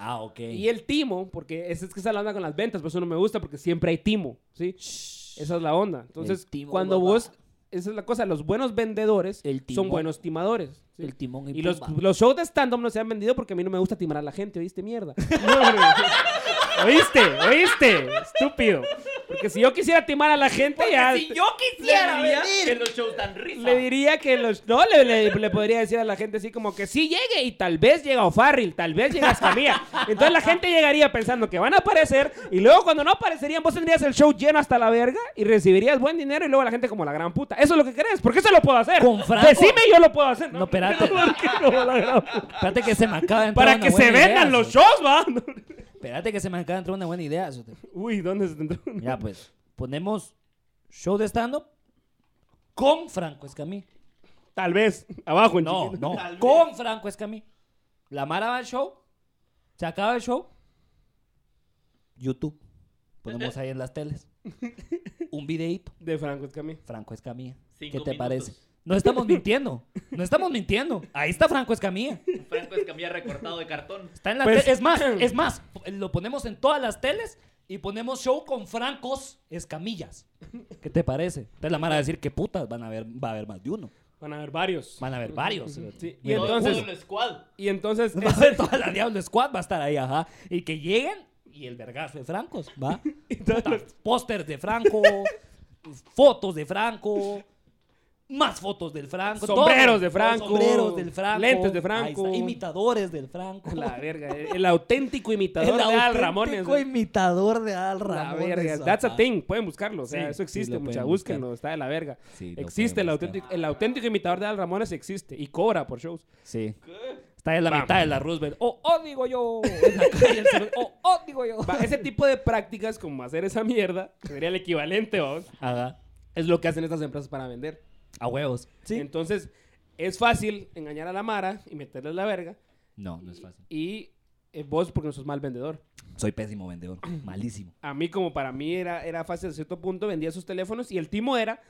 Ah, ok. Y el timo, porque es, es que esa es la onda con las ventas, por eso no me gusta, porque siempre hay timo, ¿sí? Esa es la onda. Entonces, El timo, cuando guapa. vos, esa es la cosa, los buenos vendedores El timo. son buenos timadores. ¿sí? El timón y, Y los, Pumba. los shows de stand-up no se han vendido porque a mí no me gusta timar a la gente, ¿oíste, mierda? No, hombre. ¿Oíste? ¿Oíste? Estúpido. Porque si yo quisiera timar a la gente, ya... si yo quisiera le diría que los shows dan risa. Le diría que los... No, le, le- le podría decir a la gente así como que sí llegue y tal vez llega O'Farrill, tal vez llega Escamilla. Entonces la gente llegaría pensando que van a aparecer y luego cuando no aparecerían vos tendrías el show lleno hasta la verga y recibirías buen dinero y luego la gente como la gran puta. Eso es lo que querés. ¿Por qué se lo puedo hacer? Con Franco. Decime y yo lo puedo hacer. No, espérate. ¿por qué no, la gran puta? Espérate que se me acaba de entrar Para una que se buena idea, vendan los Sote. shows, va. Espérate que se me acaba de entrar una buena idea. Sote. Uy, ¿dónde se te entró? Mira, pues, ponemos show de stand-up con Franco Escamí. Tal vez. Abajo en No, chiquito. no, Tal vez. con Franco Escamí. La Mara va al show, se acaba el show, YouTube. Ponemos ahí en las teles un videíto, De Franco Escamilla. Franco Escamilla. ¿Qué te Cinco minutos. parece? No estamos mintiendo, no estamos mintiendo. Ahí está Franco Escamilla. Franco Escamilla recortado de cartón. Está en la Pues- tele. Es más, es más, lo ponemos en todas las teles y ponemos show con francos escamillas. ¿Qué te parece? Entonces la mara va a decir que putas van a ver, va a haber más de uno. Van a haber varios. Van a haber varios. Sí, y Mira, entonces- Todo el squad. Y entonces... va a haber toda la Diablo Squad, va a estar ahí, ajá. Y que lleguen y el vergazo de francos, ¿va? todos Puta, Pósters de Franco, fotos de Franco. Más fotos del Franco. Sombreros todo. de Franco, Sombreros del Franco. lentes de Franco. ahí está, Imitadores del Franco. La verga. eh. El, el auténtico imitador de Al Ramones. eh. auténtico imitador de Al La Ramones. verga. papá. That's a thing. Pueden buscarlo. O sea, Sí, eso sí, existe, lo mucha. pueden Búsquenlo. buscar. Está de la verga. Sí, lo existe. El pueden auténtico, el auténtico imitador de Al Ramones existe. Y cobra por shows. Sí. Está en la Vamos. mitad de la Roosevelt. oh, oh, digo yo. En la calle, el celular. Oh, oh, digo yo. Va, ese tipo de prácticas, como hacer esa mierda, que sería el equivalente, vamos, Ajá. es lo que hacen estas empresas para vender. A huevos. Sí. Entonces, es fácil engañar a la Mara y meterle la verga. No, no es fácil. Y eh, vos, porque no sos mal vendedor. Soy pésimo vendedor. Malísimo. A mí, como para mí era, era fácil a cierto punto, vendía sus teléfonos. Y el timo era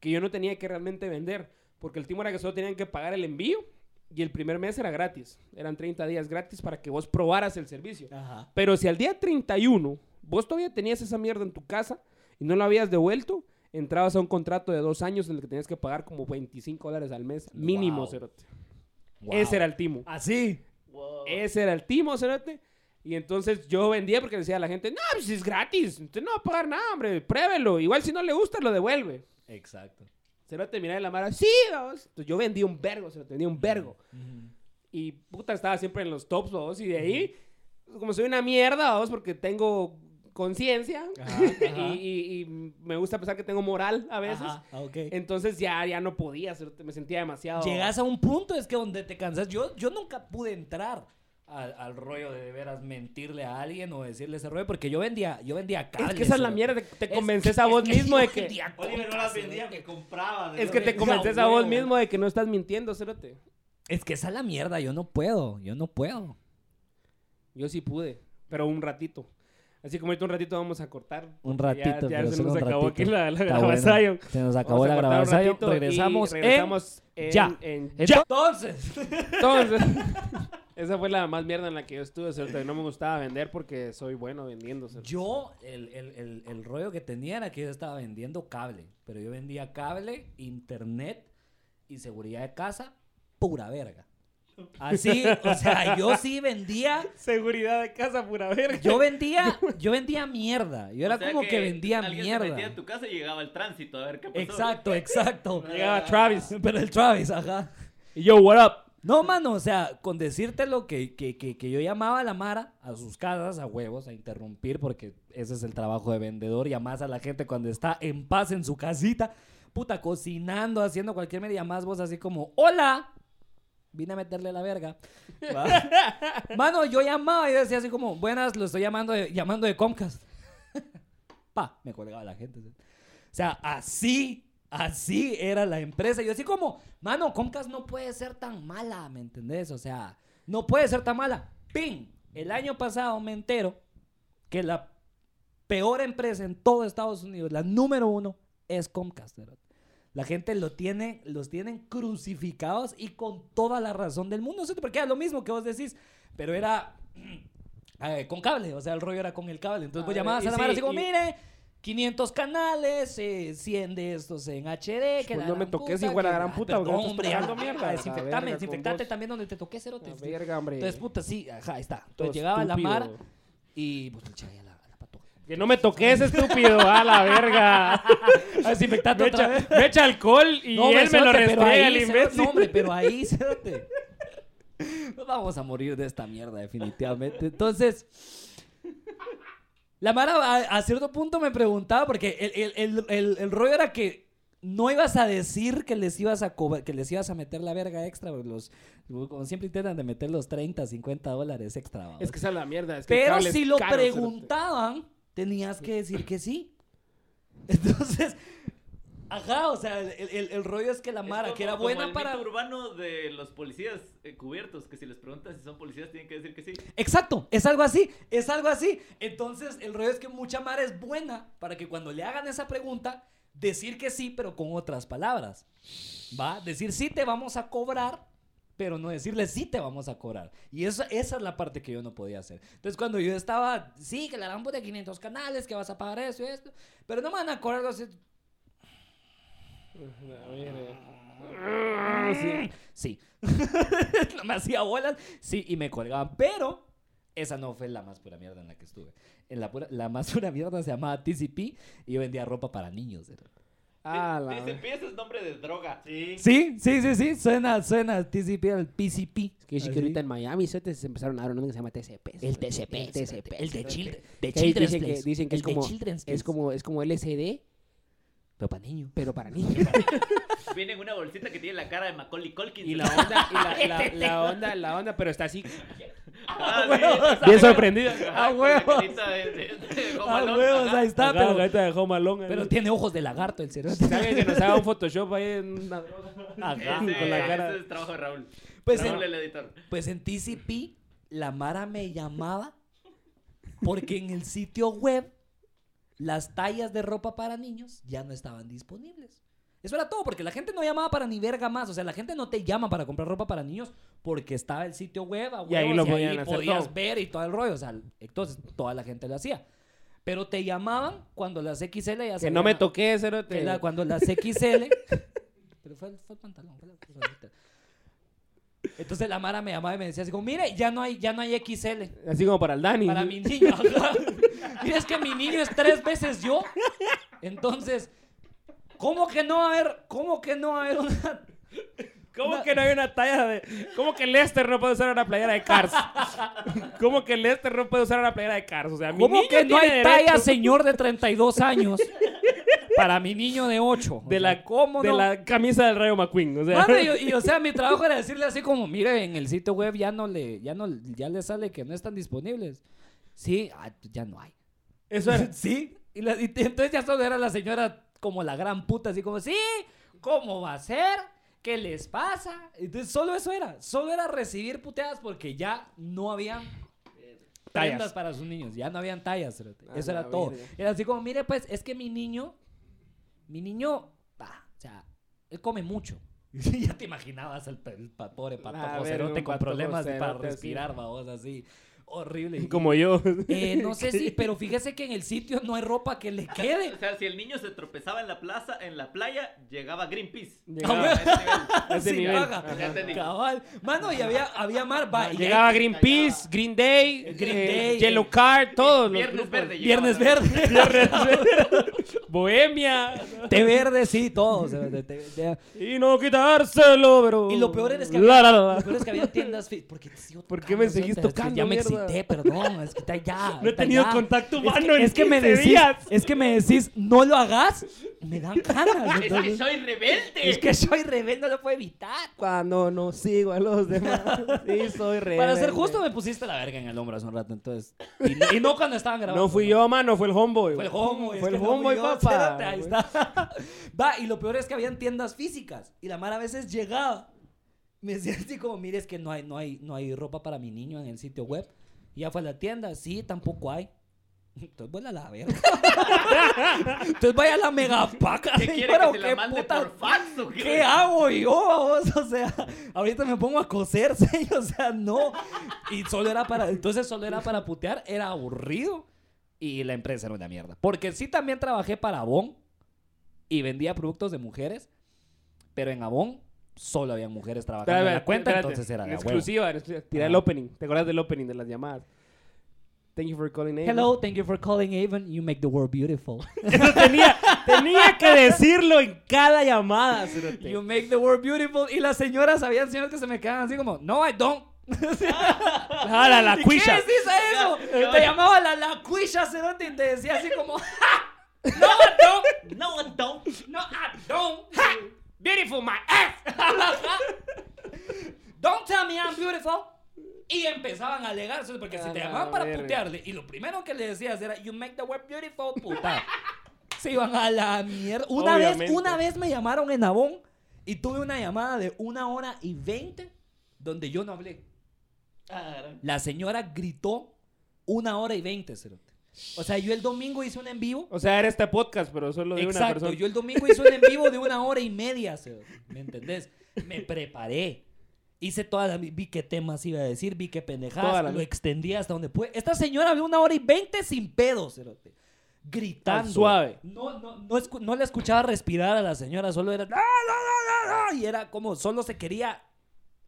que yo no tenía que realmente vender. Porque el timo era que solo tenían que pagar el envío. Y el primer mes era gratis. Eran 30 días gratis para que vos probaras el servicio. Ajá. Pero si al día 31 vos todavía tenías esa mierda en tu casa y no la habías devuelto, entrabas a un contrato de dos años en el que tenías que pagar como 25 dólares al mes mínimo, Wow. cerote. Ese era el timo. Así. Wow. Ese era el timo, cerote. Y entonces yo vendía porque decía a la gente, no, pues es gratis. Usted no va a pagar nada, hombre. Pruébelo. Igual si no le gusta, lo devuelve. Exacto. Cerote miraba la mara, sí, vamos. Entonces yo vendía un vergo, cerote. Vendía un vergo. Y puta, estaba siempre en los tops, vamos. Y de ahí, como soy una mierda, vamos, porque tengo conciencia. ajá. Y, y- y me gusta pensar que tengo moral a veces. Ajá, ah, ok. Entonces ya, ya no podía, cerote. Me sentía demasiado... Llegas a un punto es que donde te cansas. Yo, yo nunca pude entrar al, al rollo de de veras mentirle a alguien o decirle ese rollo porque yo vendía, yo vendía cables. Es que esa es la cerote. mierda. Te Es convences que- a es vos que mismo yo de que... vendía Oliver no cocas, las vendía, cerote. que compraba. Es que te Ya, convences a vos huevo. mismo de que no estás mintiendo, cerote. Es que esa es la mierda, yo no puedo, yo no puedo. Yo sí pude, pero un ratito. Así como ahorita un ratito vamos a cortar. Un porque ya- ratito, Ya, pero se solo nos un acabó ratito. aquí la, la Está bueno. grabación. Se nos acabó Vamos a la cortar un grabación. ratito y Regresamos, en- regresamos en- ya. en en- ya. Entonces, Entonces, esa fue la más mierda en la que yo estuve, cerote. No me gustaba vender porque soy bueno vendiendo, cerote. yo, el, el, el, el rollo que tenía era que yo estaba vendiendo cable, pero yo vendía cable, internet y seguridad de casa, pura verga. Así, o sea, yo sí vendía, Seguridad de casa, pura verga. yo vendía, yo vendía mierda. Yo era O sea como que, vendía alguien Se metía en mierda. tu casa y llegaba el tránsito a ver qué pasó. Exacto, exacto. Llegaba Travis. Pero el Travis, ajá. Y yo, what up? No, mano, o sea, con decirte lo que, que, que, que yo llamaba a la Mara a sus casas, a huevos, a interrumpir, porque ese es el trabajo de vendedor, llamás a la gente cuando está en paz en su casita, puta, cocinando, haciendo cualquier media, llamás vos así como, hola, vine a meterle la verga. ¿va? Mano, yo llamaba y decía así como, buenas, lo estoy llamando de, llamando de Comcast. pa, me colgaba la gente. O sea, así, así era la empresa. Yo así como, mano, Comcast no puede ser tan mala, ¿me entendés? O sea, no puede ser tan mala. ¡Ping! El año pasado me entero que la peor empresa en todo Estados Unidos, la número uno, es Comcast. ¿verdad? La gente lo tiene, los tienen crucificados y con toda la razón del mundo. No sé porque era lo mismo que vos decís, pero era eh, con cable, o sea, el rollo era con el cable. Entonces vos Ah, llamabas y a la mara sí, así como, y- mire, 500 canales, eh, 100 de estos en HD. Que Pues la no me gran toques, puta, hijo de la que- gran ah, puta, porque perdón, no estás hombre, tocando ah, mierda, la verga Desinfectame, con desinfectate vos. también donde te toqué, cerote. La verga, hombre. Entonces, puta, sí, ajá, ahí está. Entonces Todo llegaba la estúpido. mar y pues le echaba ahí a la, a la patoja. Que no me toques, estúpido, a la verga. Desinfectate Me otra echa, vez. me echa alcohol y No, él me cerote, pero lo restrega ahí, el cerote, imbécil. No, hombre, pero ahí, cerote. Nos vamos a morir de esta mierda, definitivamente. Entonces, la Mara a, a cierto punto me preguntaba, porque el, el, el- el- el rollo era que no ibas a decir que les ibas a cobrar- que les ibas a meter la verga extra, porque los, como siempre intentan de meter los 30, 50 dólares extra. ¿va? Es que esa es la mierda. Es que el Pero cable es si lo caro, cerote. preguntaban, tenías que decir que sí. Entonces, ajá, o sea, el, el- el rollo es que la Es Mara, como- que era como buena el para... mito urbano de los policías eh, cubiertos, que si les preguntan si son policías tienen que decir que sí. Exacto, es algo así, es algo así. Entonces, el rollo es que mucha Mara es buena para que cuando le hagan esa pregunta, decir que sí, pero con otras palabras. ¿Va? Decir sí te vamos a cobrar, pero no decirle sí te vamos a cobrar. Y eso, esa es la parte que yo no podía hacer. Entonces, cuando yo estaba, sí, que la harán de 500 canales, que vas a pagar eso y esto, pero no me van a cobrar los... La eh. verga. Ah, sí. Sí. No me hacía bolas. Sí, y me colgaban. Pero esa no fue la más pura mierda en la que estuve. En la, pura- la más pura mierda se llamaba TCP y yo vendía ropa para niños. era. Ah, la Dice, verga. empieza es nombre de droga. Sí. Sí, sí, sí, sí. Suena, suena TCP al PCP. Es que yo sí que Así. ahorita en Miami cerote, se empezaron a dar un nombre que se llama TCP. El cerote. El TCP. TCP. El de, cerote. chil- de Que Children's dicen que, Place. dicen que El es como, de Children's es Place. como, es como LSD, Pero para niños. pero para niños. Viene en una bolsita que tiene la cara de Macaulay Culkin. Y la onda, y la, la- la onda, la onda, pero está así. Ah, Bien sorprendida. ¡A huevos! Ah, huevos, ahí está, Acá, pero, ahorita dejó malón. ¿eh? ahí. pero tiene ojos de lagarto el cerote. ¿Saben que nos haga un Photoshop ahí en una droga? Con Con la cara. Ese es trabajo de Raúl. Pues Raúl, en- el editor. Pues en TCP, la Mara me llamaba porque en el sitio web las tallas de ropa para niños ya no estaban disponibles. Eso era todo, porque la gente no llamaba para ni verga más. O sea, la gente no te llama para comprar ropa para niños porque estaba el sitio web. a Y ahí huevos, lo podían hacer podías todo. ver y todo el rollo. O sea, entonces toda la gente lo hacía. Pero te llamaban cuando las XL ya se Que no me habían- toqué, que cerote. la- cuando las XL. pero fue, fue el pantalón. fue la- fue la- Entonces la Mara me llamaba y me decía así como, mire, ya no hay, ya no hay XL Así como para el Dani. para mi niño. Ajá. Mira, es que mi niño es tres veces yo. Entonces, ¿cómo que no va a haber, cómo que no va a haber una... ¿Cómo que no hay una talla de.? ¿Cómo que Lester no puede usar una playera de Cars? ¿Cómo que Lester no puede usar una playera de Cars? O sea, mi ¿Cómo niño que no hay tiene talla, derecho señor de 32 años, para mi niño de 8? De la, ¿cómo de no? la camisa del Rayo McQueen. O sea, Mano, y, y, o sea, mi trabajo era decirle así como, mire, en el sitio web ya no le, ya no, ya le sale que no están disponibles. Sí, ah, ya no hay. eso era. Sí. Y, la- y te- entonces ya solo era la señora como la gran puta, así como, sí, ¿cómo va a ser? ¿Qué les pasa? Entonces solo eso era, solo era recibir puteadas porque ya no habían Tallas. tallas para sus niños, ya no habían tallas. cerote. A Eso era la todo. verga. Era así como, mire, pues es que mi niño, mi niño, bah, o sea, él come mucho. Y ya te imaginabas al pe- el pa- pobre verga, patojo un cerote con patojo problemas para cerote así. respirar, babos, así. Horrible. Y- Como yo. eh, no sé si, pero fíjese que en el sitio no hay ropa que le quede. O sea, si el niño se tropezaba en la plaza, en la playa, llegaba Greenpeace. este Llegaba. A A ese nivel. ese Sin nivel. paga. Ajá. Ya entendí. Cabal. Mano, y había, había mar. va, y Llegaba ahí- Greenpeace, Green Day, Green eh, Day, Yellow Card, todos los Viernes grupos. verde. llegaba Viernes también. Verde. Viernes Verde. Bohemia. Té verde, sí, todo. o sea, de- de- de- Y no quitárselo, bro. Y lo peor es que La, la, había, la. lo peor es que había tiendas fi- porque te sigo ¿Por qué me tocando, seguís idiota? Es que tocando, ya me mierda? excité, perdón, es que está ya. No he está tenido ya. contacto es humano que, en es que me 15 decís, días. es que me decís, no lo hagas, me dan ganas. Es que entonces- Ah, soy rebelde. es que soy rebelde, no lo puedo evitar. Cuando no sigo a los demás. Sí, soy rey. Para ser justo, me pusiste la verga en el hombro hace un rato, entonces. Y, no- y no cuando estaban grabando. No fui yo, mano, fue el homeboy. Fue el homeboy. es Fue el que no fui homeboy, yo, papá. espérate, ahí está. Va, y lo peor es que habían tiendas físicas. Y la Mara a veces llegaba. Me decía así como, mire, es que no hay, no hay, no hay ropa para mi niño en el sitio web. Y ya fue a la tienda. Sí, tampoco hay. Entonces vuela a la verga. Entonces vaya a la megapaca. ¿Qué quiere señora, que ¿o te la mande putas? por fax o qué? ¿Qué hago yo, babos? O sea, ahorita me pongo a coser, ¿sí? o sea, no. Y solo era para, entonces solo era para putear, era aburrido y la empresa era una mierda. Porque sí también trabajé para Avon y vendía productos de mujeres, pero en Avon solo había mujeres trabajando Espérate, en la Ah. cuenta, espérate. entonces era de a huevo. exclusiva, en exclusiva. Tira el Ajá. opening. ¿Te acuerdas del opening de las llamadas? Thank you for calling Ava. Hello, thank you for calling Avon. You make the world beautiful. Eso tenía, tenía que decirlo en cada llamada. cerote. You make the world beautiful. Y las señoras habían señoras que se me quedaban así como, no, I don't. Ah, la, la ¿Y cuisha. ¿Qué decís a eso? Te llamaba la, la cuisha, cerote, y te decía así como, ¡Ja! No, I don't. No, no. No, I don't. ¡Ja! Beautiful my ass. don't tell me I'm beautiful. Y empezaban a alegarse porque si A te la llamaban para verga. putearle y lo primero que le decías era you make the web beautiful, puta. Se iban a la mierda. Una vez, Obviamente. una vez me llamaron en Avon y tuve una llamada de una hora y veinte donde yo no hablé. Ah, La señora gritó una hora y veinte, cerote. O sea, yo el domingo hice un en vivo. O sea, era este podcast, pero solo de una Exacto, persona. yo el domingo hice un en vivo de una hora y media, cerote, ¿me entendés? Me preparé. Hice todas las... Vi qué temas iba a decir, vi qué Toda pendejadas, la- lo extendí hasta donde pude. Esta señora habló una hora y veinte sin pedo, cerote. Gritando. Tan suave. No, no, no, escu- no la escuchaba respirar a la señora, solo era... "Ah, la, la, la, la", Y era como, solo se quería...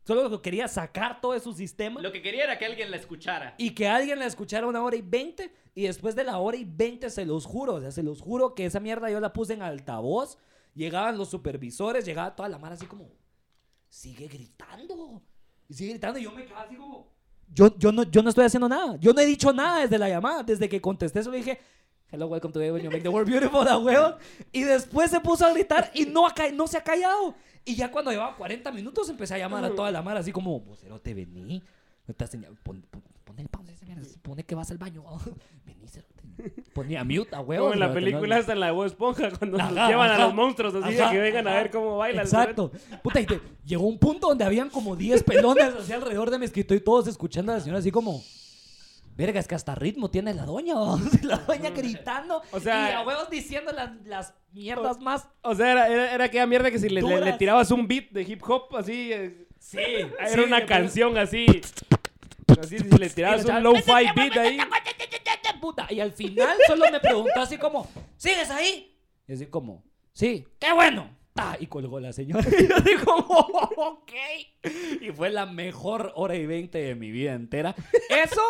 Solo quería sacar todo de su sistema. Lo que quería era que alguien la escuchara. Y que alguien la escuchara una hora y veinte. Y después de la hora y veinte, se los juro. O sea, se los juro que esa mierda yo la puse en altavoz. Llegaban los supervisores, llegaba toda la mara así como. Sigue gritando. Y sigue gritando. Y yo me quedaba así como. Yo, yo, no, yo no estoy haciendo nada. Yo no he dicho nada desde la llamada. Desde que contesté, solo dije. Hello, welcome to Avon. You make the world beautiful, a huevo. Y después se puso a gritar y no, ha ca- no se ha callado. Y ya cuando llevaba 40 minutos empecé a llamar a toda la mara, así como, vocero, te vení. No te has señal- pon, pon, ponle el pausa, esa mierda, supone que vas al baño. vení, cerote. Ponía mute, a huevo. Como en la cerote, no- película hasta en la de Bob Esponja, cuando nos Ajá, llevan ajá. a los monstruos, así de Ajá, que vengan a ajá. ver cómo bailan. Exacto. Puta, y te- llegó un punto donde habían como 10 pelones hacia alrededor de mi escritorio y todos escuchando a la señora así como... Verga, es que hasta ritmo tiene la doña. ¿va?" la doña gritando. O sea- y a huevos diciendo las, las mierdas más... O sea, era, era, era aquella mierda que si le, le- le Duras. tirabas un beat de hip hop, así. eh, Sí. Era sí, una le- canción así. Así, si le tirabas Y la un chava, low-fi beat ahí. Puta, Y al final solo me preguntó así como, ¿sigues ahí? Y así como, sí, qué bueno. Ta, Y colgó la señora. Y yo así como, ok. Y fue la mejor hora y veinte de mi vida entera. Eso.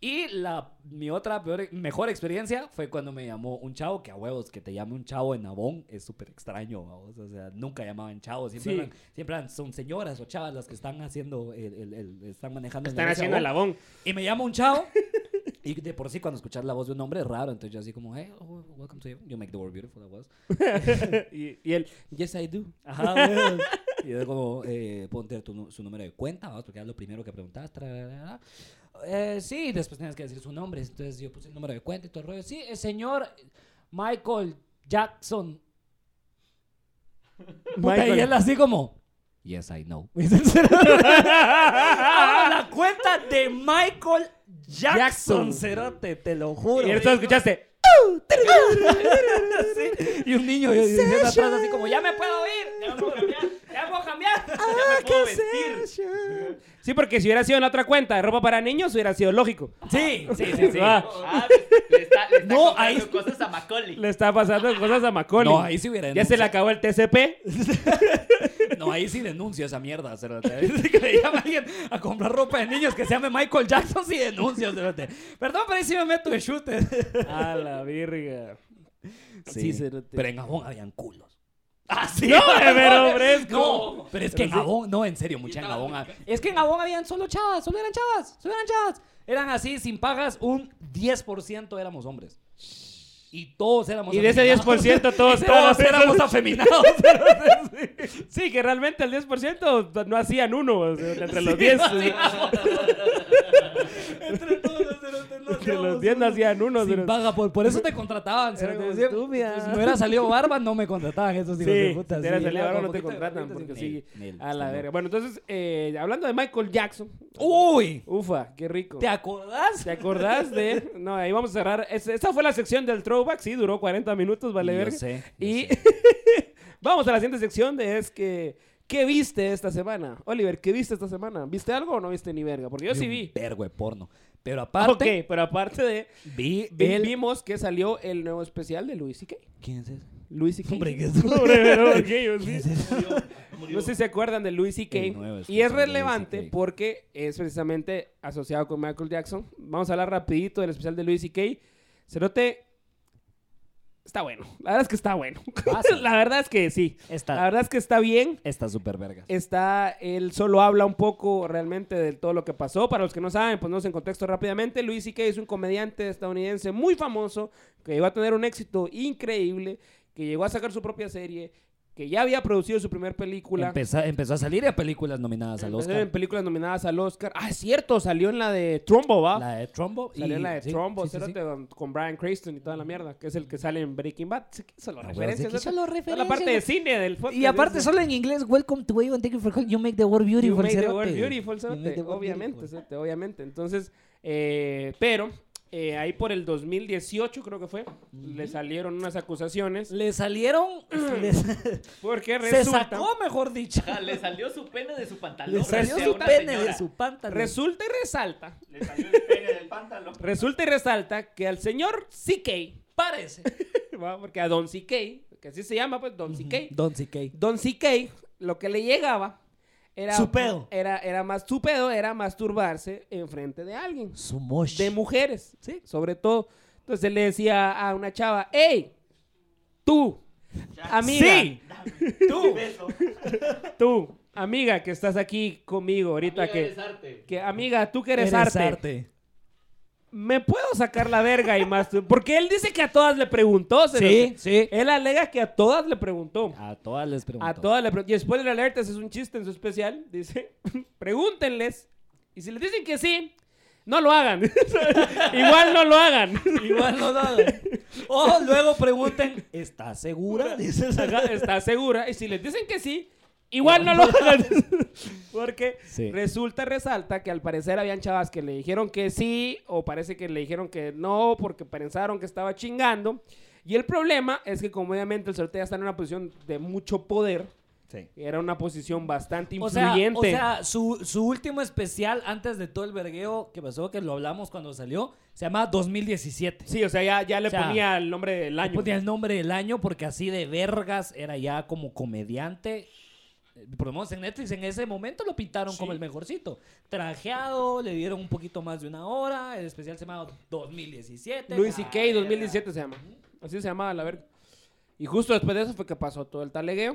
Y la, mi otra peor- mejor experiencia fue cuando me llamó un chavo, que a huevos, que te llame un chavo en Avon es súper extraño, vamos. O sea, nunca llamaban chavos, siempre, Sí. eran- siempre eran- son señoras o chavas las que están haciendo, el- el- el- están manejando el Están negocio haciendo Avon. el abón. Y me llama un chavo. Y de por sí, cuando escuchas la voz de un hombre es raro. Entonces yo así como, hey, oh, welcome to you. You make the world beautiful, that was. Y, y él, Yes, I do. Ajá, bueno. Y yo como, eh, ponte tu nu- su número de cuenta, vamos, porque era lo primero que preguntabas. tra, tra, tra, tra. Eh, sí, después tenías que decir su nombre. Entonces yo puse el número de cuenta y todo el rollo. Sí, el señor Michael Jackson. Puta, Michael. Y él así como, yes, I know. Abro la cuenta de Michael Jackson, Jackson. cerote, te lo juro. y él solo escuchaste. Sí, Y un niño y- y diciendo atrás así como, ya me puedo ir, ya me puedo cambiar, ya me puedo cambiar, Ah, ya me puedo vestir. Sí, porque si hubiera sido en otra cuenta de ropa para niños, hubiera sido lógico. Sí, sí, sí, sí. Ah, Ah, le está, le está No, comprando ahí- cosas a Macaulay. Le está pasando cosas a Macaulay. No, ahí sí hubiera Ya se le denuncia. acabó el TCP. No, ahí sí denuncio esa mierda, cerote. Dice Que le llama a alguien a comprar ropa de niños que se llame Michael Jackson, sí denuncio, cerote. Perdón, pero ahí sí me meto de chute. A la virga. Sí, cerote. pero en Gabón habían culos. ¡Ah, sí! No, pero fresco. No, pero es que en Pero sí. Gabón, no, en serio, mucha en Gabón. hab- Es que en Gabón habían solo chavas, solo eran chavas, solo eran chavas. Eran así, sin pagas, un 10% éramos hombres. Y todos éramos Y de ese afeminados. 10% todos todos éramos afeminados. pero Sí, que realmente el 10% no hacían uno o sea, entre los eh, 10. Entre todos los cerotes no Entre los hacíamos 10 no uno. hacían uno. Sin pero- paga, por, por eso te contrataban. Pero cerote. como Si- estúpida. Si me hubiera salido barba, no me contrataban esos Sí, hijos de si puta. te sí. eras el ahora no te Poquito- contratan poquito- porque Nel, sí. Nel, A la está verga. Bueno, entonces, eh, hablando de Michael Jackson. ¡Uy! Ufa, qué rico. ¿Te acordás? ¿Te acordás de...? No, ahí vamos a cerrar. Es- esta fue la sección del throwback. Sí, duró 40 minutos, vale Yo verga. sé, yo y sé. vamos a la siguiente sección de es que... ¿Qué viste esta semana? Oliver, ¿qué viste esta semana? ¿Viste algo o no viste ni verga? Porque yo sí un vi. vergo de porno. Pero Ok, aparte, pero aparte de... vi vi- el... Vimos que salió el nuevo especial de Luis C.K. ¿Quién es ese? Luis C.K. Hombre, ¿qué es? Hombre, pero, ¿por qué? Yo sí. ¿Quién es ese? No sé si se acuerdan de Louis El C.K. nuevo Y es especial de Louis relevante CK. porque es precisamente asociado con Michael Jackson. Vamos a hablar rapidito del especial de Louis C.K. Cerote está bueno. La verdad es que está bueno. Ah, sí. La verdad es que sí. La Esta, verdad es que está bien. esta super verga. Está, él solo habla un poco realmente de todo lo que pasó. Para los que no saben, ponemos en contexto rápidamente. Louis C.K. es un comediante estadounidense muy famoso que llegó a tener un éxito increíble, que llegó a sacar su propia serie, que ya había producido su primera película. Empezó, empezó a salir a películas nominadas al Empezó Oscar. En películas nominadas al Oscar. Ah, es cierto, salió en la de Trumbo, ¿va? La de Trumbo. y- Ah. Salió en la de sí, Trumbo, sí, sí, sí. cerote, Con, con Brian Cranston y toda la mierda, que es el que sale en Breaking Bad. Se quiso lo Ah, bueno, referencia, se quiso cerote. lo Toda la parte de referencia. cine del podcast. Y aparte es- solo en inglés, welcome to Wave and thank you for calling. You make the world You beautiful. made the cerote. world beautiful, You cerote, make the world obviamente, beautiful. cerote, obviamente. Entonces, eh, pero eh, ahí por el 2018 creo que fue, le salieron unas acusaciones Le salieron... le- porque se resulta... sacó, mejor dicho. Ajá, le salió su pene de su pantalón. Le salió decía su una pene de señora. su pantalón. Resulta y resalta, Le salió el pene del pantalón. resulta y resalta que al señor C.K., Parece. Va, Porque a Don CK, que así se llama, pues, Don CK. Don C.K. Don CK, lo que le llegaba era. Su pedo. Era, era más, su pedo era masturbarse enfrente de alguien. Su mosh. De mujeres, Sí. sobre todo. Entonces él le decía a una chava: ¡Ey! Tú, amiga. Sí. Tú. Beso. Tú, amiga, que estás aquí conmigo ahorita. Amiga, que, eres arte. que, amiga, tú que eres, Eres arte. ¿Me puedo sacar la verga y más? Porque él dice que a todas le preguntó. se Sí, los- sí. Él alega que a todas le preguntó. A todas les pregunto. A todas le preguntan. Y spoiler alert, ese es un chiste en su especial. Dice, pregúntenles. Y si les dicen que sí, no lo hagan. Igual no lo hagan. Igual no nada. O luego pregunten, ¿estás segura? Dices Ajá, Está segura. Y si les dicen que sí, igual no lo hagan. Porque Sí. resulta, resalta que al parecer habían chavas que le dijeron que sí o parece que le dijeron que no porque pensaron que estaba chingando. Y el problema es que como obviamente el sorteo está en una posición de mucho poder. Sí. Era una posición bastante O sea, influyente. o sea su, su último especial antes de todo el vergueo que pasó, que lo hablamos cuando salió, se llamaba 2017. Sí, o sea, ya, ya le O sea, ponía el nombre del Le año. ponía el nombre del año porque así de vergas era ya como comediante. Eh, Por lo menos en Netflix en ese momento lo pintaron como el mejorcito. Trajeado, le dieron un poquito más de una hora. El especial se llamaba 2017. Luis Ah, C.K. 2017 se llama. Así se llamaba, la verga. Y justo después de eso fue que pasó todo el talegueo.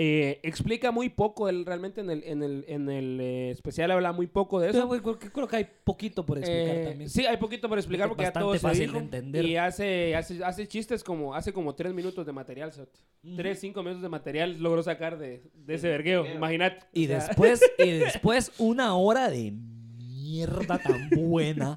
Eh, explica muy poco, él realmente en el, en el, en el eh, especial habla muy poco de Yo eso. güey, creo, que- creo que hay poquito por explicar Eh, también. Sí, hay poquito para explicar porque ya Bastante todo se fácil dijo. de entender. Y hace, hace, hace chistes como, hace como tres minutos de material, Sot. Tres, cinco minutos de material logró sacar de, de ese vergueo, imagínate. Y O sea, después, y después una hora de mierda tan buena.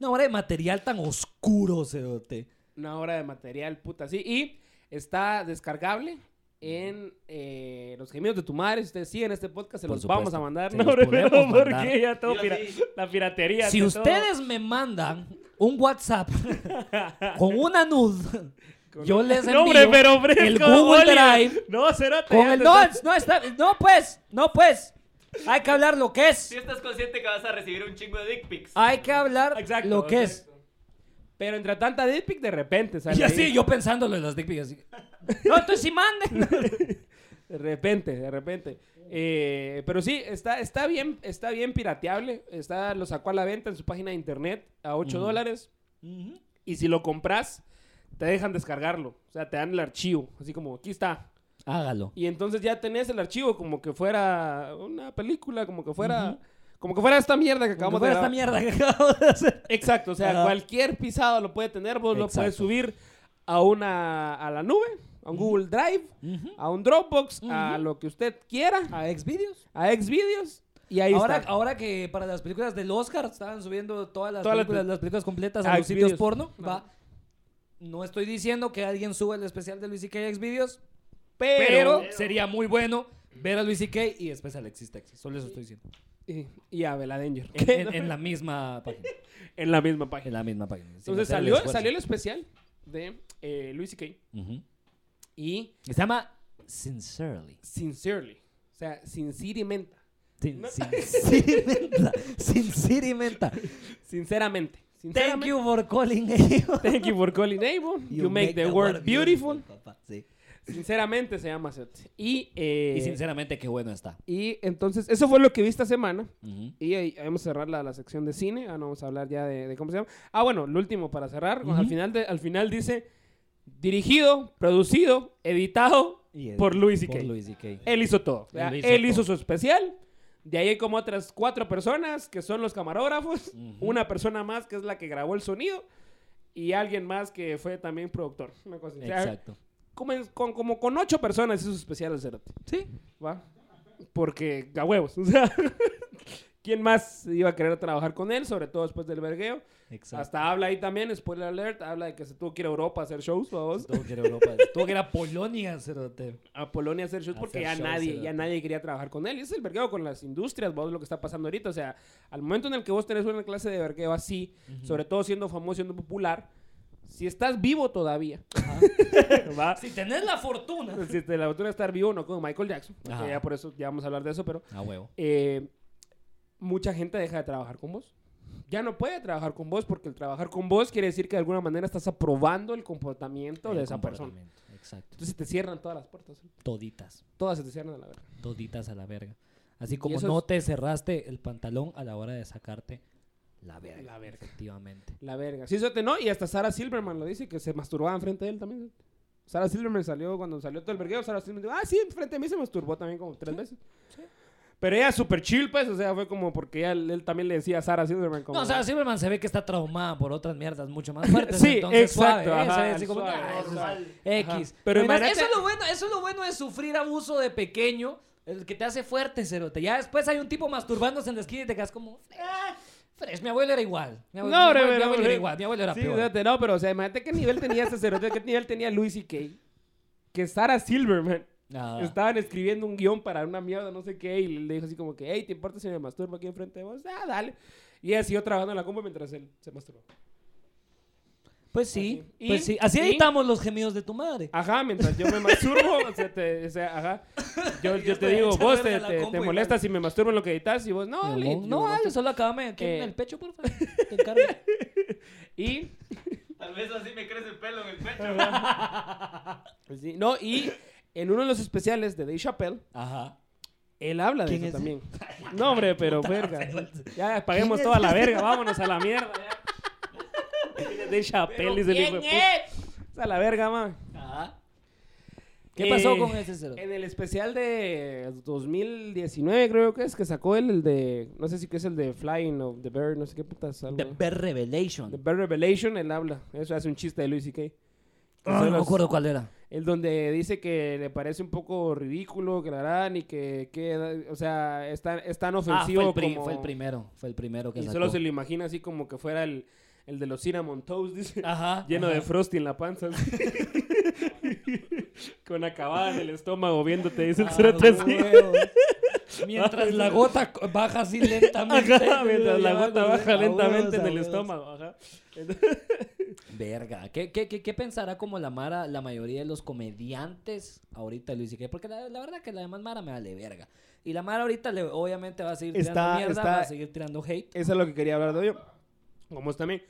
Una hora de material tan oscuro, cerote. Una hora de material, puta, sí. Y está descargable en eh, Los Gemidos de tu Madre. Si ustedes siguen este podcast, se Por los supuesto. vamos a mandar. Se no, los pero podemos ¿por mandar. qué? Ya todo Yo pira- sí. la piratería. Si que todo- ustedes me mandan un WhatsApp con una nude, yo les envío No, hombre, pero hombre, el ¿cómo, Google Oliver? Drive No, cerote. con ya el... te No, estás- es- no, está, no pues, no pues. Hay que hablar lo que es. Si estás consciente que vas a recibir un chingo de dick pics. Hay que hablar Exacto. lo que es. exacto. Pero entre tanta dick pic, de repente sale Y ahí. así, yo pensándolo en las dick pics, así. No, entonces sí manden. De repente, de repente. Eh, pero sí, está, está, bien, está bien pirateable. Está, lo sacó a la venta en su página de internet a 8 dólares. Ujú. Y si lo compras, te dejan descargarlo. O sea, te dan el archivo, así como, aquí está. Hágalo. Y entonces ya tenés el archivo como que fuera una película, como que fuera... Como que fuera esta mierda que Como acabamos fuera de esta grabar. mierda que acabo de hacer. Exacto, o sea, Ajá. cualquier pisado lo puede tener, vos lo puedes Exacto. subir a una a la nube, a un Google Drive, Ujú. a un Dropbox, a Ujú. lo que usted quiera, A Xvideos. a Xvideos y ahí Ahora, está. ahora que para las películas del Oscar estaban subiendo todas las, Todas las películas, las películas completas a a los sitios Xvideos. Ah. porno, va. No estoy diciendo que alguien suba el especial de Luis C.K. a Xvideos, pero, Pero- sería muy bueno ver a Luis C.K. y después al Exis Texas. Solo eso estoy diciendo. Y, y a Veladenger. En, en- en la misma página. En la misma página. En la misma página. sin Entonces hacer el salió, esfuerzo. salió el especial de eh, Luis C.K. Ujú. y Se llama Sincerely. Sincerely. O sea, sinceramente. Sin, sincerimenta. Sincerimenta. Sinceramente. Thank Sinceramente. you for calling. You, Thank you for calling Abel. You, make, the, world, beautiful. papá. Sí. Sinceramente se llama Seth. Y, eh, Y sinceramente, qué bueno está. y entonces, eso fue lo que vi esta semana. Ujú. Y ahí vamos a cerrar la, la sección de cine. Ah, no, vamos a hablar ya de, de cómo se llama. Ah, bueno, lo último para cerrar. pues, al, Ujú. final de- al final dice: dirigido, producido, editado Y el- por Luis Eh, y por Louis C.K.. Él hizo todo. O sea, Él él hizo hizo, todo. su especial. De ahí hay como otras cuatro personas que son los camarógrafos. Una persona más que es la que grabó el sonido. Y alguien más que fue también productor. Una cosa así. O sea, Exacto. como, en- con, como con ocho personas hizo su especial el Cerote. Sí. ¿va? Porque a huevos, o sea, ¿quién más iba a querer trabajar con él? Sobre todo después del vergueo. Exacto. Hasta habla ahí también, spoiler alert, habla de que se tuvo que ir a Europa a hacer shows, vamos. Tuvo que ir a Europa. Tuvo que ir a Polonia, cerote. A Polonia a hacer shows A porque hacer ya shows, nadie, cerote. ya nadie quería trabajar con él. Y ese es el vergueo con las industrias, vamos, lo que está pasando ahorita. O sea, al momento en el que vos tenés una clase de vergueo así, sobre todo siendo famoso, siendo popular, si estás vivo todavía, ¿va? Si tenés la fortuna. Si te la oportunidad de estar vivo, no con Michael Jackson, porque Ajá. ya por eso ya vamos a hablar de eso, pero A huevo. eh, mucha gente deja de trabajar con vos. Ya no puede trabajar con vos porque el trabajar con vos quiere decir que de alguna manera estás aprobando el comportamiento de El esa persona. comportamiento. Exacto. Entonces se te cierran todas las puertas. ¿eh? Toditas. Todas se te cierran a la verga. Toditas a la verga. Así como eso no es- te cerraste el pantalón a la hora de sacarte la verga. La verga. Efectivamente. La verga. Sí, eso te no. Y hasta Sara Silverman lo dice, que se masturbaba enfrente de él también. Sara Silverman salió cuando salió todo el vergueo. Sara Silverman dijo, ah, sí, enfrente de mí se masturbó también como tres veces. Pero ella súper chill, pues. O sea, fue como porque ella- él también le decía a Sara Silverman como... No, o sea, Silverman se ve que está traumada por otras mierdas mucho más fuertes. Sí, entonces, exacto, suave, ¿eh? ajá, Se ve así como, suave, "Ah, eso es normal". X. Ajá. Pero Además, imagínate- eso, es lo bueno, eso es lo bueno de sufrir abuso de pequeño, el que te hace fuerte, cerote. Ya después hay un tipo masturbándose en la esquina y te quedas como, "Ah, fresh, mi abuelo era igual. Mi abuelo, No, mi abuelo- mi hombre, hombre, abuelo era hombre. igual, mi abuelo era Sí, peor. fíjate, no, pero o sea, imagínate qué nivel tenía ese cerote, qué nivel tenía Luis y Kay. Que Sara Silverman Nada. estaban escribiendo un guión para una mierda, no sé qué, y le dijo así como que, hey, ¿te importa si me masturbo aquí enfrente de vos? Ah, dale. Y ella siguió trabajando en la compu mientras él se masturbó. Pues sí, Así. pues Y- sí. Así y- editamos los gemidos de tu madre. Ajá, mientras yo me masturbo, o sea, te- o sea, ajá. Yo, yo te digo, Echa verga vos te, la te- compu te igual. molestas si me masturbo en lo que editas, y vos, no, No, dale. no, no, Y Ah, yo, Ale, solo acabame aquí en Eh. el pecho, por favor. Te encargo. Y Tal vez así me crece el pelo en el pecho. pues sí, no, y en uno de los especiales de Dave Chappelle, Ajá. Él habla de ¿Quién eso es? también. No, hombre, pero verga. Ya apaguemos ¿Quién es? toda la verga, vámonos a la mierda. ya. De Chappelle, dice el hijo de puta. A la verga, man. Ajá. ¿Qué pasó Eh, con ese cerote? En el especial de 2019, creo que es, que sacó él el de. No sé si que es el de Flying of the Bird, no sé qué putas. algo. The Bear Revelation. The Bird Revelation, él habla. Eso hace un chiste de Luis y Kay. Ah, no me acuerdo cuál era. El donde dice que le parece un poco ridículo que la harán y que, que o sea, es tan, es tan Ah, fue ofensivo el, pri- como... fue el primero. Fue el primero que Y sacó. solo se lo imagina así como que fuera el, el de los Cinnamon Toast, dice. Ajá. Lleno Ah. ajá. de frosty en la panza. así. Con acabada en el estómago viéndote, dice el Ah, cerote así. huevos. Mientras la gota co- baja así lentamente. Ajá, mientras la Ya me gota acordé. baja A huevos, lentamente a en el huevos. estómago. Ajá. Verga. ¿Qué, qué, qué, qué pensará como la Mara, la mayoría de los comediantes ahorita, Luis? y qué? Porque la, la verdad que la demás Mara me vale verga. Y la Mara ahorita le, obviamente va a seguir tirando Está- mierda, está- va a seguir tirando hate. Eso es lo que quería hablar de hoy. Vamos también.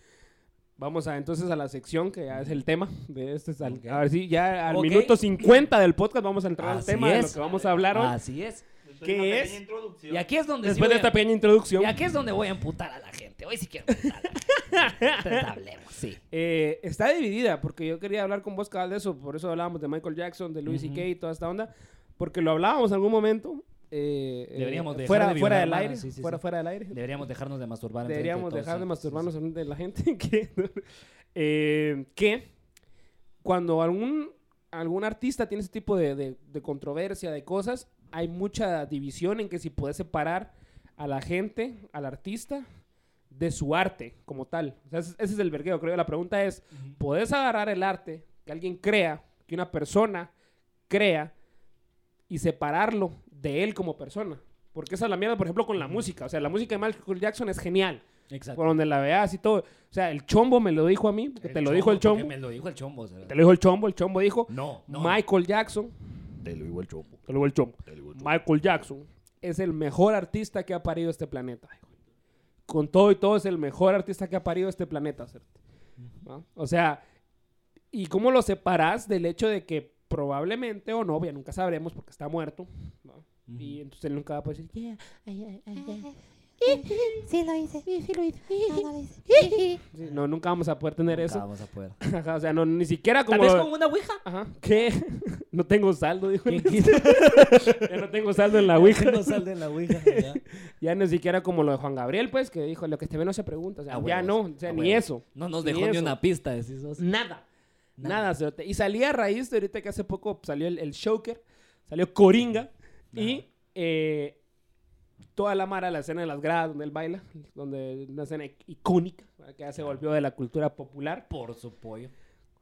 Vamos a, entonces a la sección que ya es el tema de este. sal- Ok. A ver si ya al Ok. minuto 50 del podcast vamos a entrar al Así tema de lo es. que vamos a hablar hoy. Así es. ¿Qué una es? pequeña introducción. Y aquí es donde sí Después de voy a- esta pequeña introducción. Y aquí es donde voy a amputar a la gente. Hoy sí quiero amputar a la gente. Entonces hablemos, sí. Eh, está dividida, porque yo quería hablar con vos cada de eso, por eso hablábamos de Michael Jackson, de Louis Ujú. C.K. y toda esta onda, porque lo hablábamos en algún momento. eh, eh, Deberíamos de fuera, dejar de fuera violar del varas, aire, sí, sí, fuera, sí. fuera del aire. Deberíamos dejarnos de masturbar. enfrente Deberíamos todos, ¿eh? dejar de sí, masturbarnos sí, enfrente de la gente que, eh, que cuando algún, algún artista tiene ese tipo de, de- de controversia, de cosas, hay mucha división en que si puedes separar a la gente, al artista, de su arte como tal. O sea, ese, ese es el vergueo, creo. La pregunta es, ¿podés agarrar el arte que alguien crea, que una persona crea, y separarlo de él como persona? Porque esa es la mierda, por ejemplo, con la música. O sea, la música de Michael Jackson es genial sí. Exacto. por donde la veas y todo. O sea, el chombo me lo dijo a mí, porque te lo dijo el porque chombo. Me lo dijo el chombo. o sea, Te lo dijo el chombo, el chombo dijo No, no. Michael Jackson. Te lo dijo el chombo. Michael Jackson es el mejor artista que ha parido este planeta. dijo. Con todo y todo es el mejor artista que ha parido este planeta. cerote. ¿Va? O sea, ¿y cómo lo separas del hecho de que probablemente o no, ya nunca sabremos porque está muerto? ¿va? Mm. Y entonces él nunca va a poder decir, "Yeah, Sí lo hice. Sí lo hice. No lo hice. sí". no, nunca vamos a poder tener Nunca eso. vamos a poder. Ajá, o sea, no, ni siquiera como... Tal vez lo- con una ouija. Ajá. ¿Qué? No tengo saldo, dijo. ¿Quién quita? Ya no tengo saldo en la Ouija. No sale la ouija. ya. Ya ni siquiera como lo de Juan Gabriel, pues, que dijo, lo que te ve no se pregunta. O sea, A ya Ah, huevos, no, o sea, a ni huevos. eso. No nos Ni dejó ni, eso. una pista, decís vos. Nada. Nada. Nada, cerote. Y salía a raíz de ahorita que hace poco salió el, el Shoker, salió Coringa y eh, toda la mara, la escena de las gradas donde él baila, donde una escena icónica, que ya se volvió de la cultura popular. Por su pollo.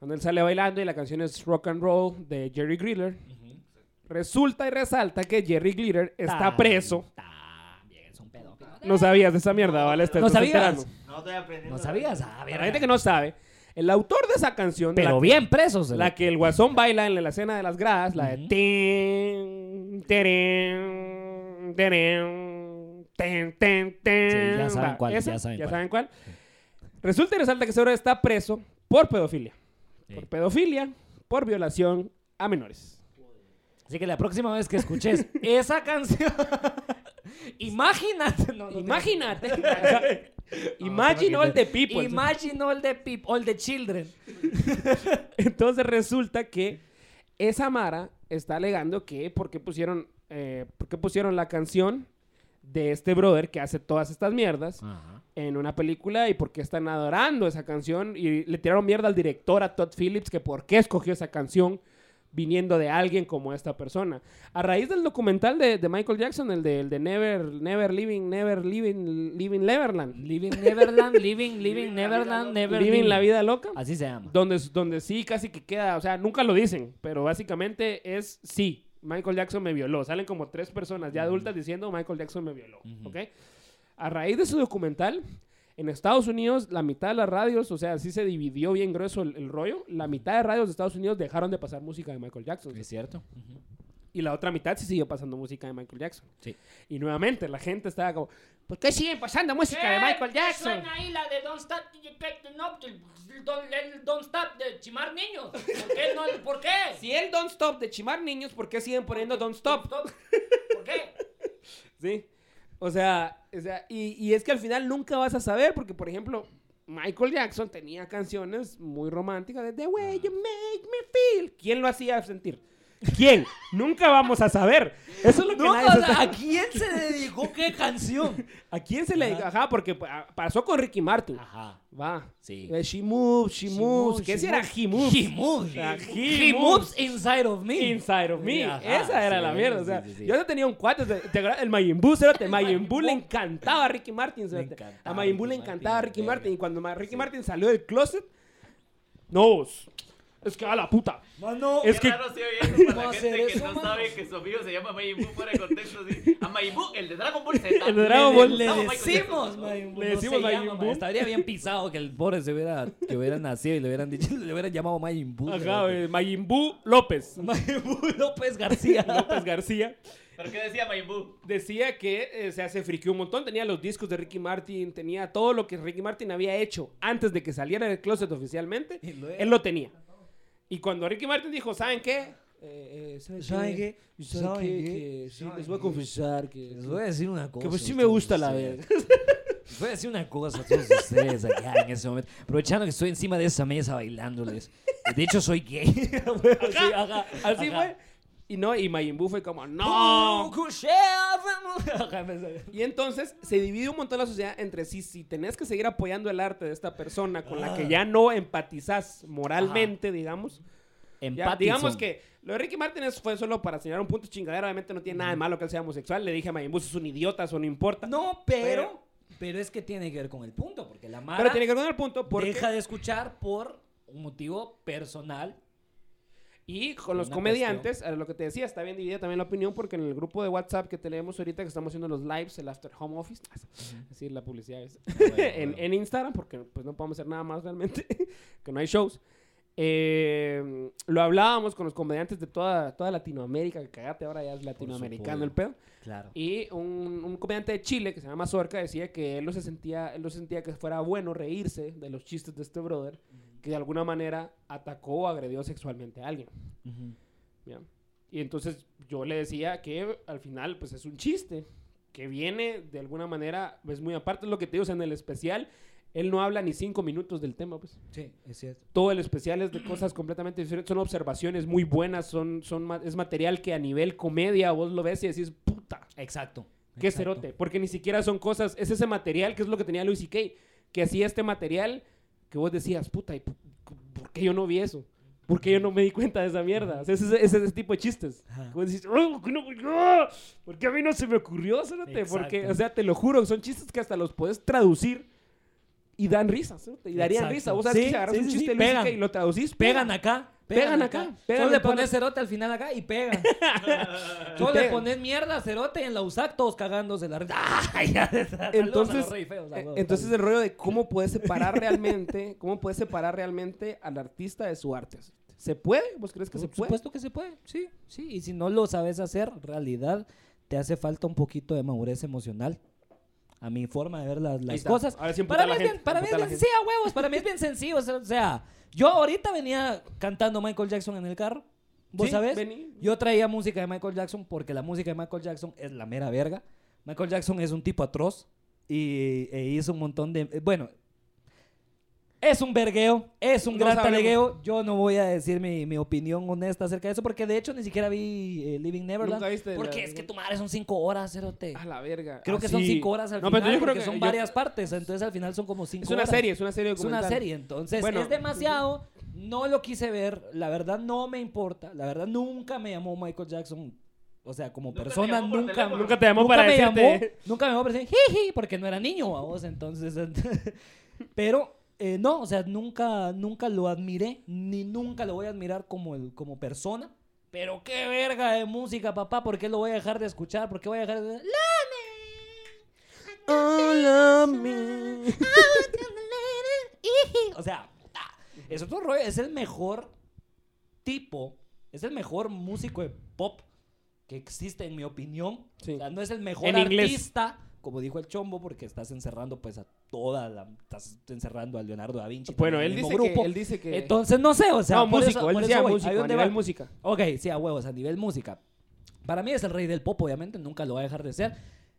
Cuando él sale bailando y la canción es Rock and Roll de Jerry Griller. Resulta y resalta que Jerry Glitter está Tan- preso. También es un pedófilo. No sabías de esa mierda, ¿vale? Te No estás sabías. enterando. No estoy aprendiendo. ¿No sabías? A ver, Para la gente que no sabe, el autor de esa canción, Pero la, bien presos. la que el guasón baila en la escena de las gradas, la de... Ujú. tin, terén, terén, ten, ten, ten, Sí, ya saben va, cuál, esa, ya saben cuál. cuál. Resulta y resalta que ese hombre está preso por pedofilia. Sí. Por pedofilia, por violación a menores. Así que la próxima vez que escuches esa canción, imagínate. no, no te- Imagínate. Imagine all the people. Imagine all the people, all the children. Entonces resulta que esa Mara está alegando que porque pusieron, eh, por qué pusieron la canción de este brother que hace todas estas mierdas en una película y por qué están adorando esa canción y le tiraron mierda al director, a Todd Phillips, que por qué escogió esa canción viniendo de alguien como esta persona. A raíz del documental de, de Michael Jackson, el de, el de Never, Never Living, Never Living, Living Neverland, Living Neverland, living, living Neverland, never Living la vida loca. Así se llama. Donde, donde sí casi que queda, o sea, nunca lo dicen, pero básicamente es sí, Michael Jackson me violó. Salen como tres personas ya adultas diciendo Michael Jackson me violó, Ujú. ¿ok? A raíz de su documental, en Estados Unidos la mitad de las radios, o sea, sí se dividió bien grueso el, el rollo, la mitad de radios de Estados Unidos dejaron de pasar música de Michael Jackson. ¿Es cierto? Y la otra mitad sí siguió pasando música de Michael Jackson. Sí. Y nuevamente la gente estaba como, ¿por qué siguen pasando música de Michael Jackson? ahí la de Don't Stop, no, don't, Stop de chimar niños? ¿Por qué? No, ¿Por qué? Si él Don't Stop de chimar niños, ¿por qué siguen poniendo Don't Stop? ¿Por qué? Sí. O sea, o sea, y, y es que al final nunca vas a saber, porque por ejemplo, Michael Jackson tenía canciones muy románticas de The Ah. Way You Make Me Feel. ¿Quién lo hacía sentir? ¿Quién? nunca vamos a saber. Eso es lo que No, nadie o se sea, sabe. ¿a quién se dedicó qué canción? ¿A quién se le Ajá, porque pa- pasó con Ricky Martin. Ajá. Va. Sí. Eh, She Moves, She, Moves. moves, ¿Qué she si era moves. He Moves? He moves. O sea, He moves inside of me. Inside of Me. Ajá, Esa era la sí, mierda. O sea, sí, sí, sí. yo no tenía un cuate. ¿te- te acuerdas? el Majin Buu, cerote, el Majin Buu le encantaba a Ricky Martin. cerote. encantaba A Majin Buu le Ricky encantaba a Martin, Ricky verga. Martin. Y cuando ma- Ricky Martin salió del closet, no, es- es que a la puta. Mano, Es que, raro se oye eso para ¿Cómo la hacer gente que eso, no mano? sabe que su amigo se llama Mayimbu fuera de contexto. así. A Mayimbu, el de Dragon Ball Z. El de Dragon Ball. le No, Michael decimos, Jackson. Majin Buu, Le no decimos se Majin llama, Buu. ma. Estaría bien pisado que el pobre se hubiera, que hubiera nacido y le hubieran dicho, le hubieran llamado Majin Buu. ajá, eh, Majin Buu López. Majin Buu López García. López García. ¿Pero qué decía Mayimbu? Decía que eh, o sea, se friqueó un montón. Tenía los discos de Ricky Martin, tenía todo lo que Ricky Martin había hecho antes de que saliera del closet oficialmente. Y luego- Él lo tenía. Y cuando Ricky Martin dijo, ¿saben qué? eh, eh, ¿sabe ¿Sabe qué? qué? ¿Sabe ¿Sabe qué? qué? Que sí, ¿Sabe les voy a qué? confesar que... Les voy a decir una cosa. Que pues sí a me todos gusta la ustedes. verga. Les voy a decir una cosa a todos ustedes acá en ese momento. Aprovechando que estoy encima de esa mesa bailándoles. De hecho, soy gay. Sí, ajá, Así ajá. fue. Y no, y Majin Buu fue como, ¡No! ¡no! Ajá, empezó. Y entonces se divide un montón la sociedad entre sí. Si tenés que seguir apoyando el arte de esta persona con la que ya no empatizás moralmente, digamos. ya, Empatizón. digamos que lo de Ricky Martínez fue solo para señalar un punto chingadera. Obviamente no tiene nada de malo que él sea homosexual. Le dije a Majin Buu, es un idiota, eso no importa. No, pero. Pero es que tiene que ver con el punto. Porque la Mara Pero tiene que ver con el punto porque... deja de escuchar por un motivo personal. Y con los Una comediantes, a lo que te decía, está bien dividida también la opinión porque en el grupo de WhatsApp que tenemos ahorita que estamos haciendo los lives, el After Home Office, es decir, la publicidad es en, en Instagram porque pues no podemos hacer nada más realmente, que no hay shows. Eh, lo hablábamos con los comediantes de toda, toda Latinoamérica, que cagate ahora ya es latinoamericano el pedo. Claro. Y un, un comediante de Chile que se llama Zorca decía que él no se sentía, él no se sentía que fuera bueno reírse de los chistes de este brother que de alguna manera atacó o agredió sexualmente a alguien. Ujú. ¿ya? Y entonces yo le decía que al final pues es un chiste que viene de alguna manera, pues muy aparte de lo que te digo, o sea, en el especial él no habla ni cinco minutos del tema, pues Sí, es cierto. todo el especial es de cosas completamente diferentes. Son observaciones muy buenas, son, son, ma- es material que a nivel comedia vos lo ves y decís, puta, Exacto. Qué exacto. cerote, porque ni siquiera son cosas, es ese material que es lo que tenía Luis C.K., que hacía este material que vos decías, puta, ¿y p- ¿por qué yo no vi eso? ¿Por qué yo no me di cuenta de esa mierda? O sea, es ese, es ese tipo de chistes. Ajá. Que vos decís, "Oh, que no, por qué- ah, ¿por qué a mí no se me ocurrió, cerote? Porque, Exacto. o sea, te lo juro, son chistes que hasta los puedes traducir y dan risa, cerote, y darían Exacto. risa. Vos sabes Sí, que si agarras sí, un sí, sí, chiste de Luis pegan. C.K. y lo traducís, Pegan pega. acá. Pegan acá, pegan Solo le en cuadro. pones cerote al final acá y pegan. Solo Y le pegan. pones mierda, cerote en la USAC, todos cagándose la risa. ¡Ah! Ya, saludos Entonces, a los rey feos, a Eh, huevo, Entonces saludos. el rollo de cómo puedes separar realmente, cómo puedes separar realmente al artista de su arte. ¿Se puede? ¿Vos crees que se Por puede? supuesto que se puede, sí, sí. Y si no lo sabes hacer, realidad, te hace falta un poquito de madurez emocional. A mi forma de ver las, las está. cosas. A ver si emputa para a mí la es bien, gente, para mí es emputa a la bien- sí, gente. a huevos, para mí es bien sencillo. O sea, o sea, yo ahorita venía cantando Michael Jackson en el carro. ¿Vos Sí, sabés? vení. Yo traía música de Michael Jackson porque la música de Michael Jackson es la mera verga. Michael Jackson es un tipo atroz y e hizo un montón de... eh, Bueno, es un vergueo, es un No gran sabemos. talegueo. Yo no voy a decir mi, mi opinión honesta acerca de eso porque de hecho ni siquiera vi eh, Living Neverland. Nunca viste la- porque es que tu madre son cinco horas, cerote. A la verga. Creo que son Así. cinco horas al No, pero final yo creo porque que son yo- varias partes. Entonces al final son como cinco Es una horas. serie, es una serie Es una documental. serie, entonces Bueno. es demasiado. No lo quise ver, la verdad no me importa, la verdad nunca me llamó Michael Jackson. O sea, como Nunca te persona llamó por nunca, teléfono. Nunca te llamó nunca para me decirte. llamó, nunca me llamó para decir jiji, porque no era niño a vos, entonces. ent- Pero eh, no, o sea, nunca, nunca lo admiré, ni nunca lo voy a admirar como, el, como persona. Pero qué verga de música, papá, ¿por qué lo voy a dejar de escuchar? ¿Por qué voy a dejar de.? ¡Lame! O sea, ah, es otro rollo, es el mejor tipo, es el mejor músico de pop que existe, en mi opinión. Sí. O sea, no es el mejor En inglés. artista, como dijo el chombo, porque estás encerrando pues a toda la... Estás encerrando a Leonardo da Vinci. Bueno, también él en el dice, mismo que, él dice que... Entonces, no sé, o sea... no, por músico, eso- él por decía eso voy. músico, Ahí a donde nivel va. música. Ok, sí, a huevos, a nivel música. Para mí es el rey del pop, obviamente, nunca lo va a dejar de ser.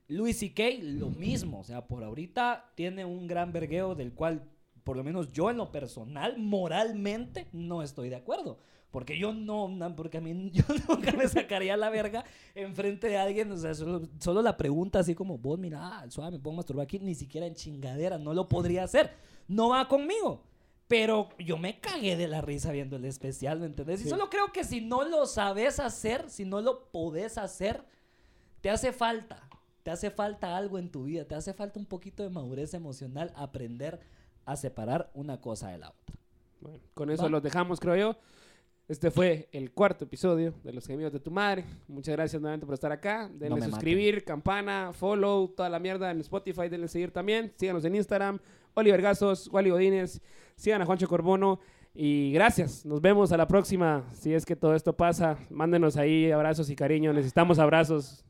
Luis C.K., lo mismo. O sea, por ahorita tiene un gran vergueo del cual, por lo menos yo en lo personal, moralmente, no estoy de acuerdo. Porque yo no, na- porque a mí yo nunca me sacaría la verga enfrente de alguien. O sea, solo, solo la pregunta así como, vos mira, ah, suave, me puedo masturbar aquí, ni siquiera en chingadera, no lo podría hacer. No va conmigo. Pero yo me cagué de la risa viendo el especial, ¿me entendés? Y Sí. solo creo que si no lo sabes hacer, si no lo podés hacer, te hace falta. Te hace falta algo en tu vida, te hace falta un poquito de madurez emocional, aprender a separar una cosa de la otra. Bueno, con eso Va. los dejamos, creo yo. Este fue el cuarto episodio de Los Gemidos de tu Madre. Muchas gracias nuevamente por estar acá. No Denle me suscribir, campana, follow, toda la mierda en Spotify. Denle seguir también. Síganos en Instagram. Oliver Gazos, Wally Godínez. Sigan a Juancho Corbono. Y gracias. Nos vemos a la próxima. Si es que todo esto pasa, mándenos ahí abrazos y cariño. Necesitamos abrazos.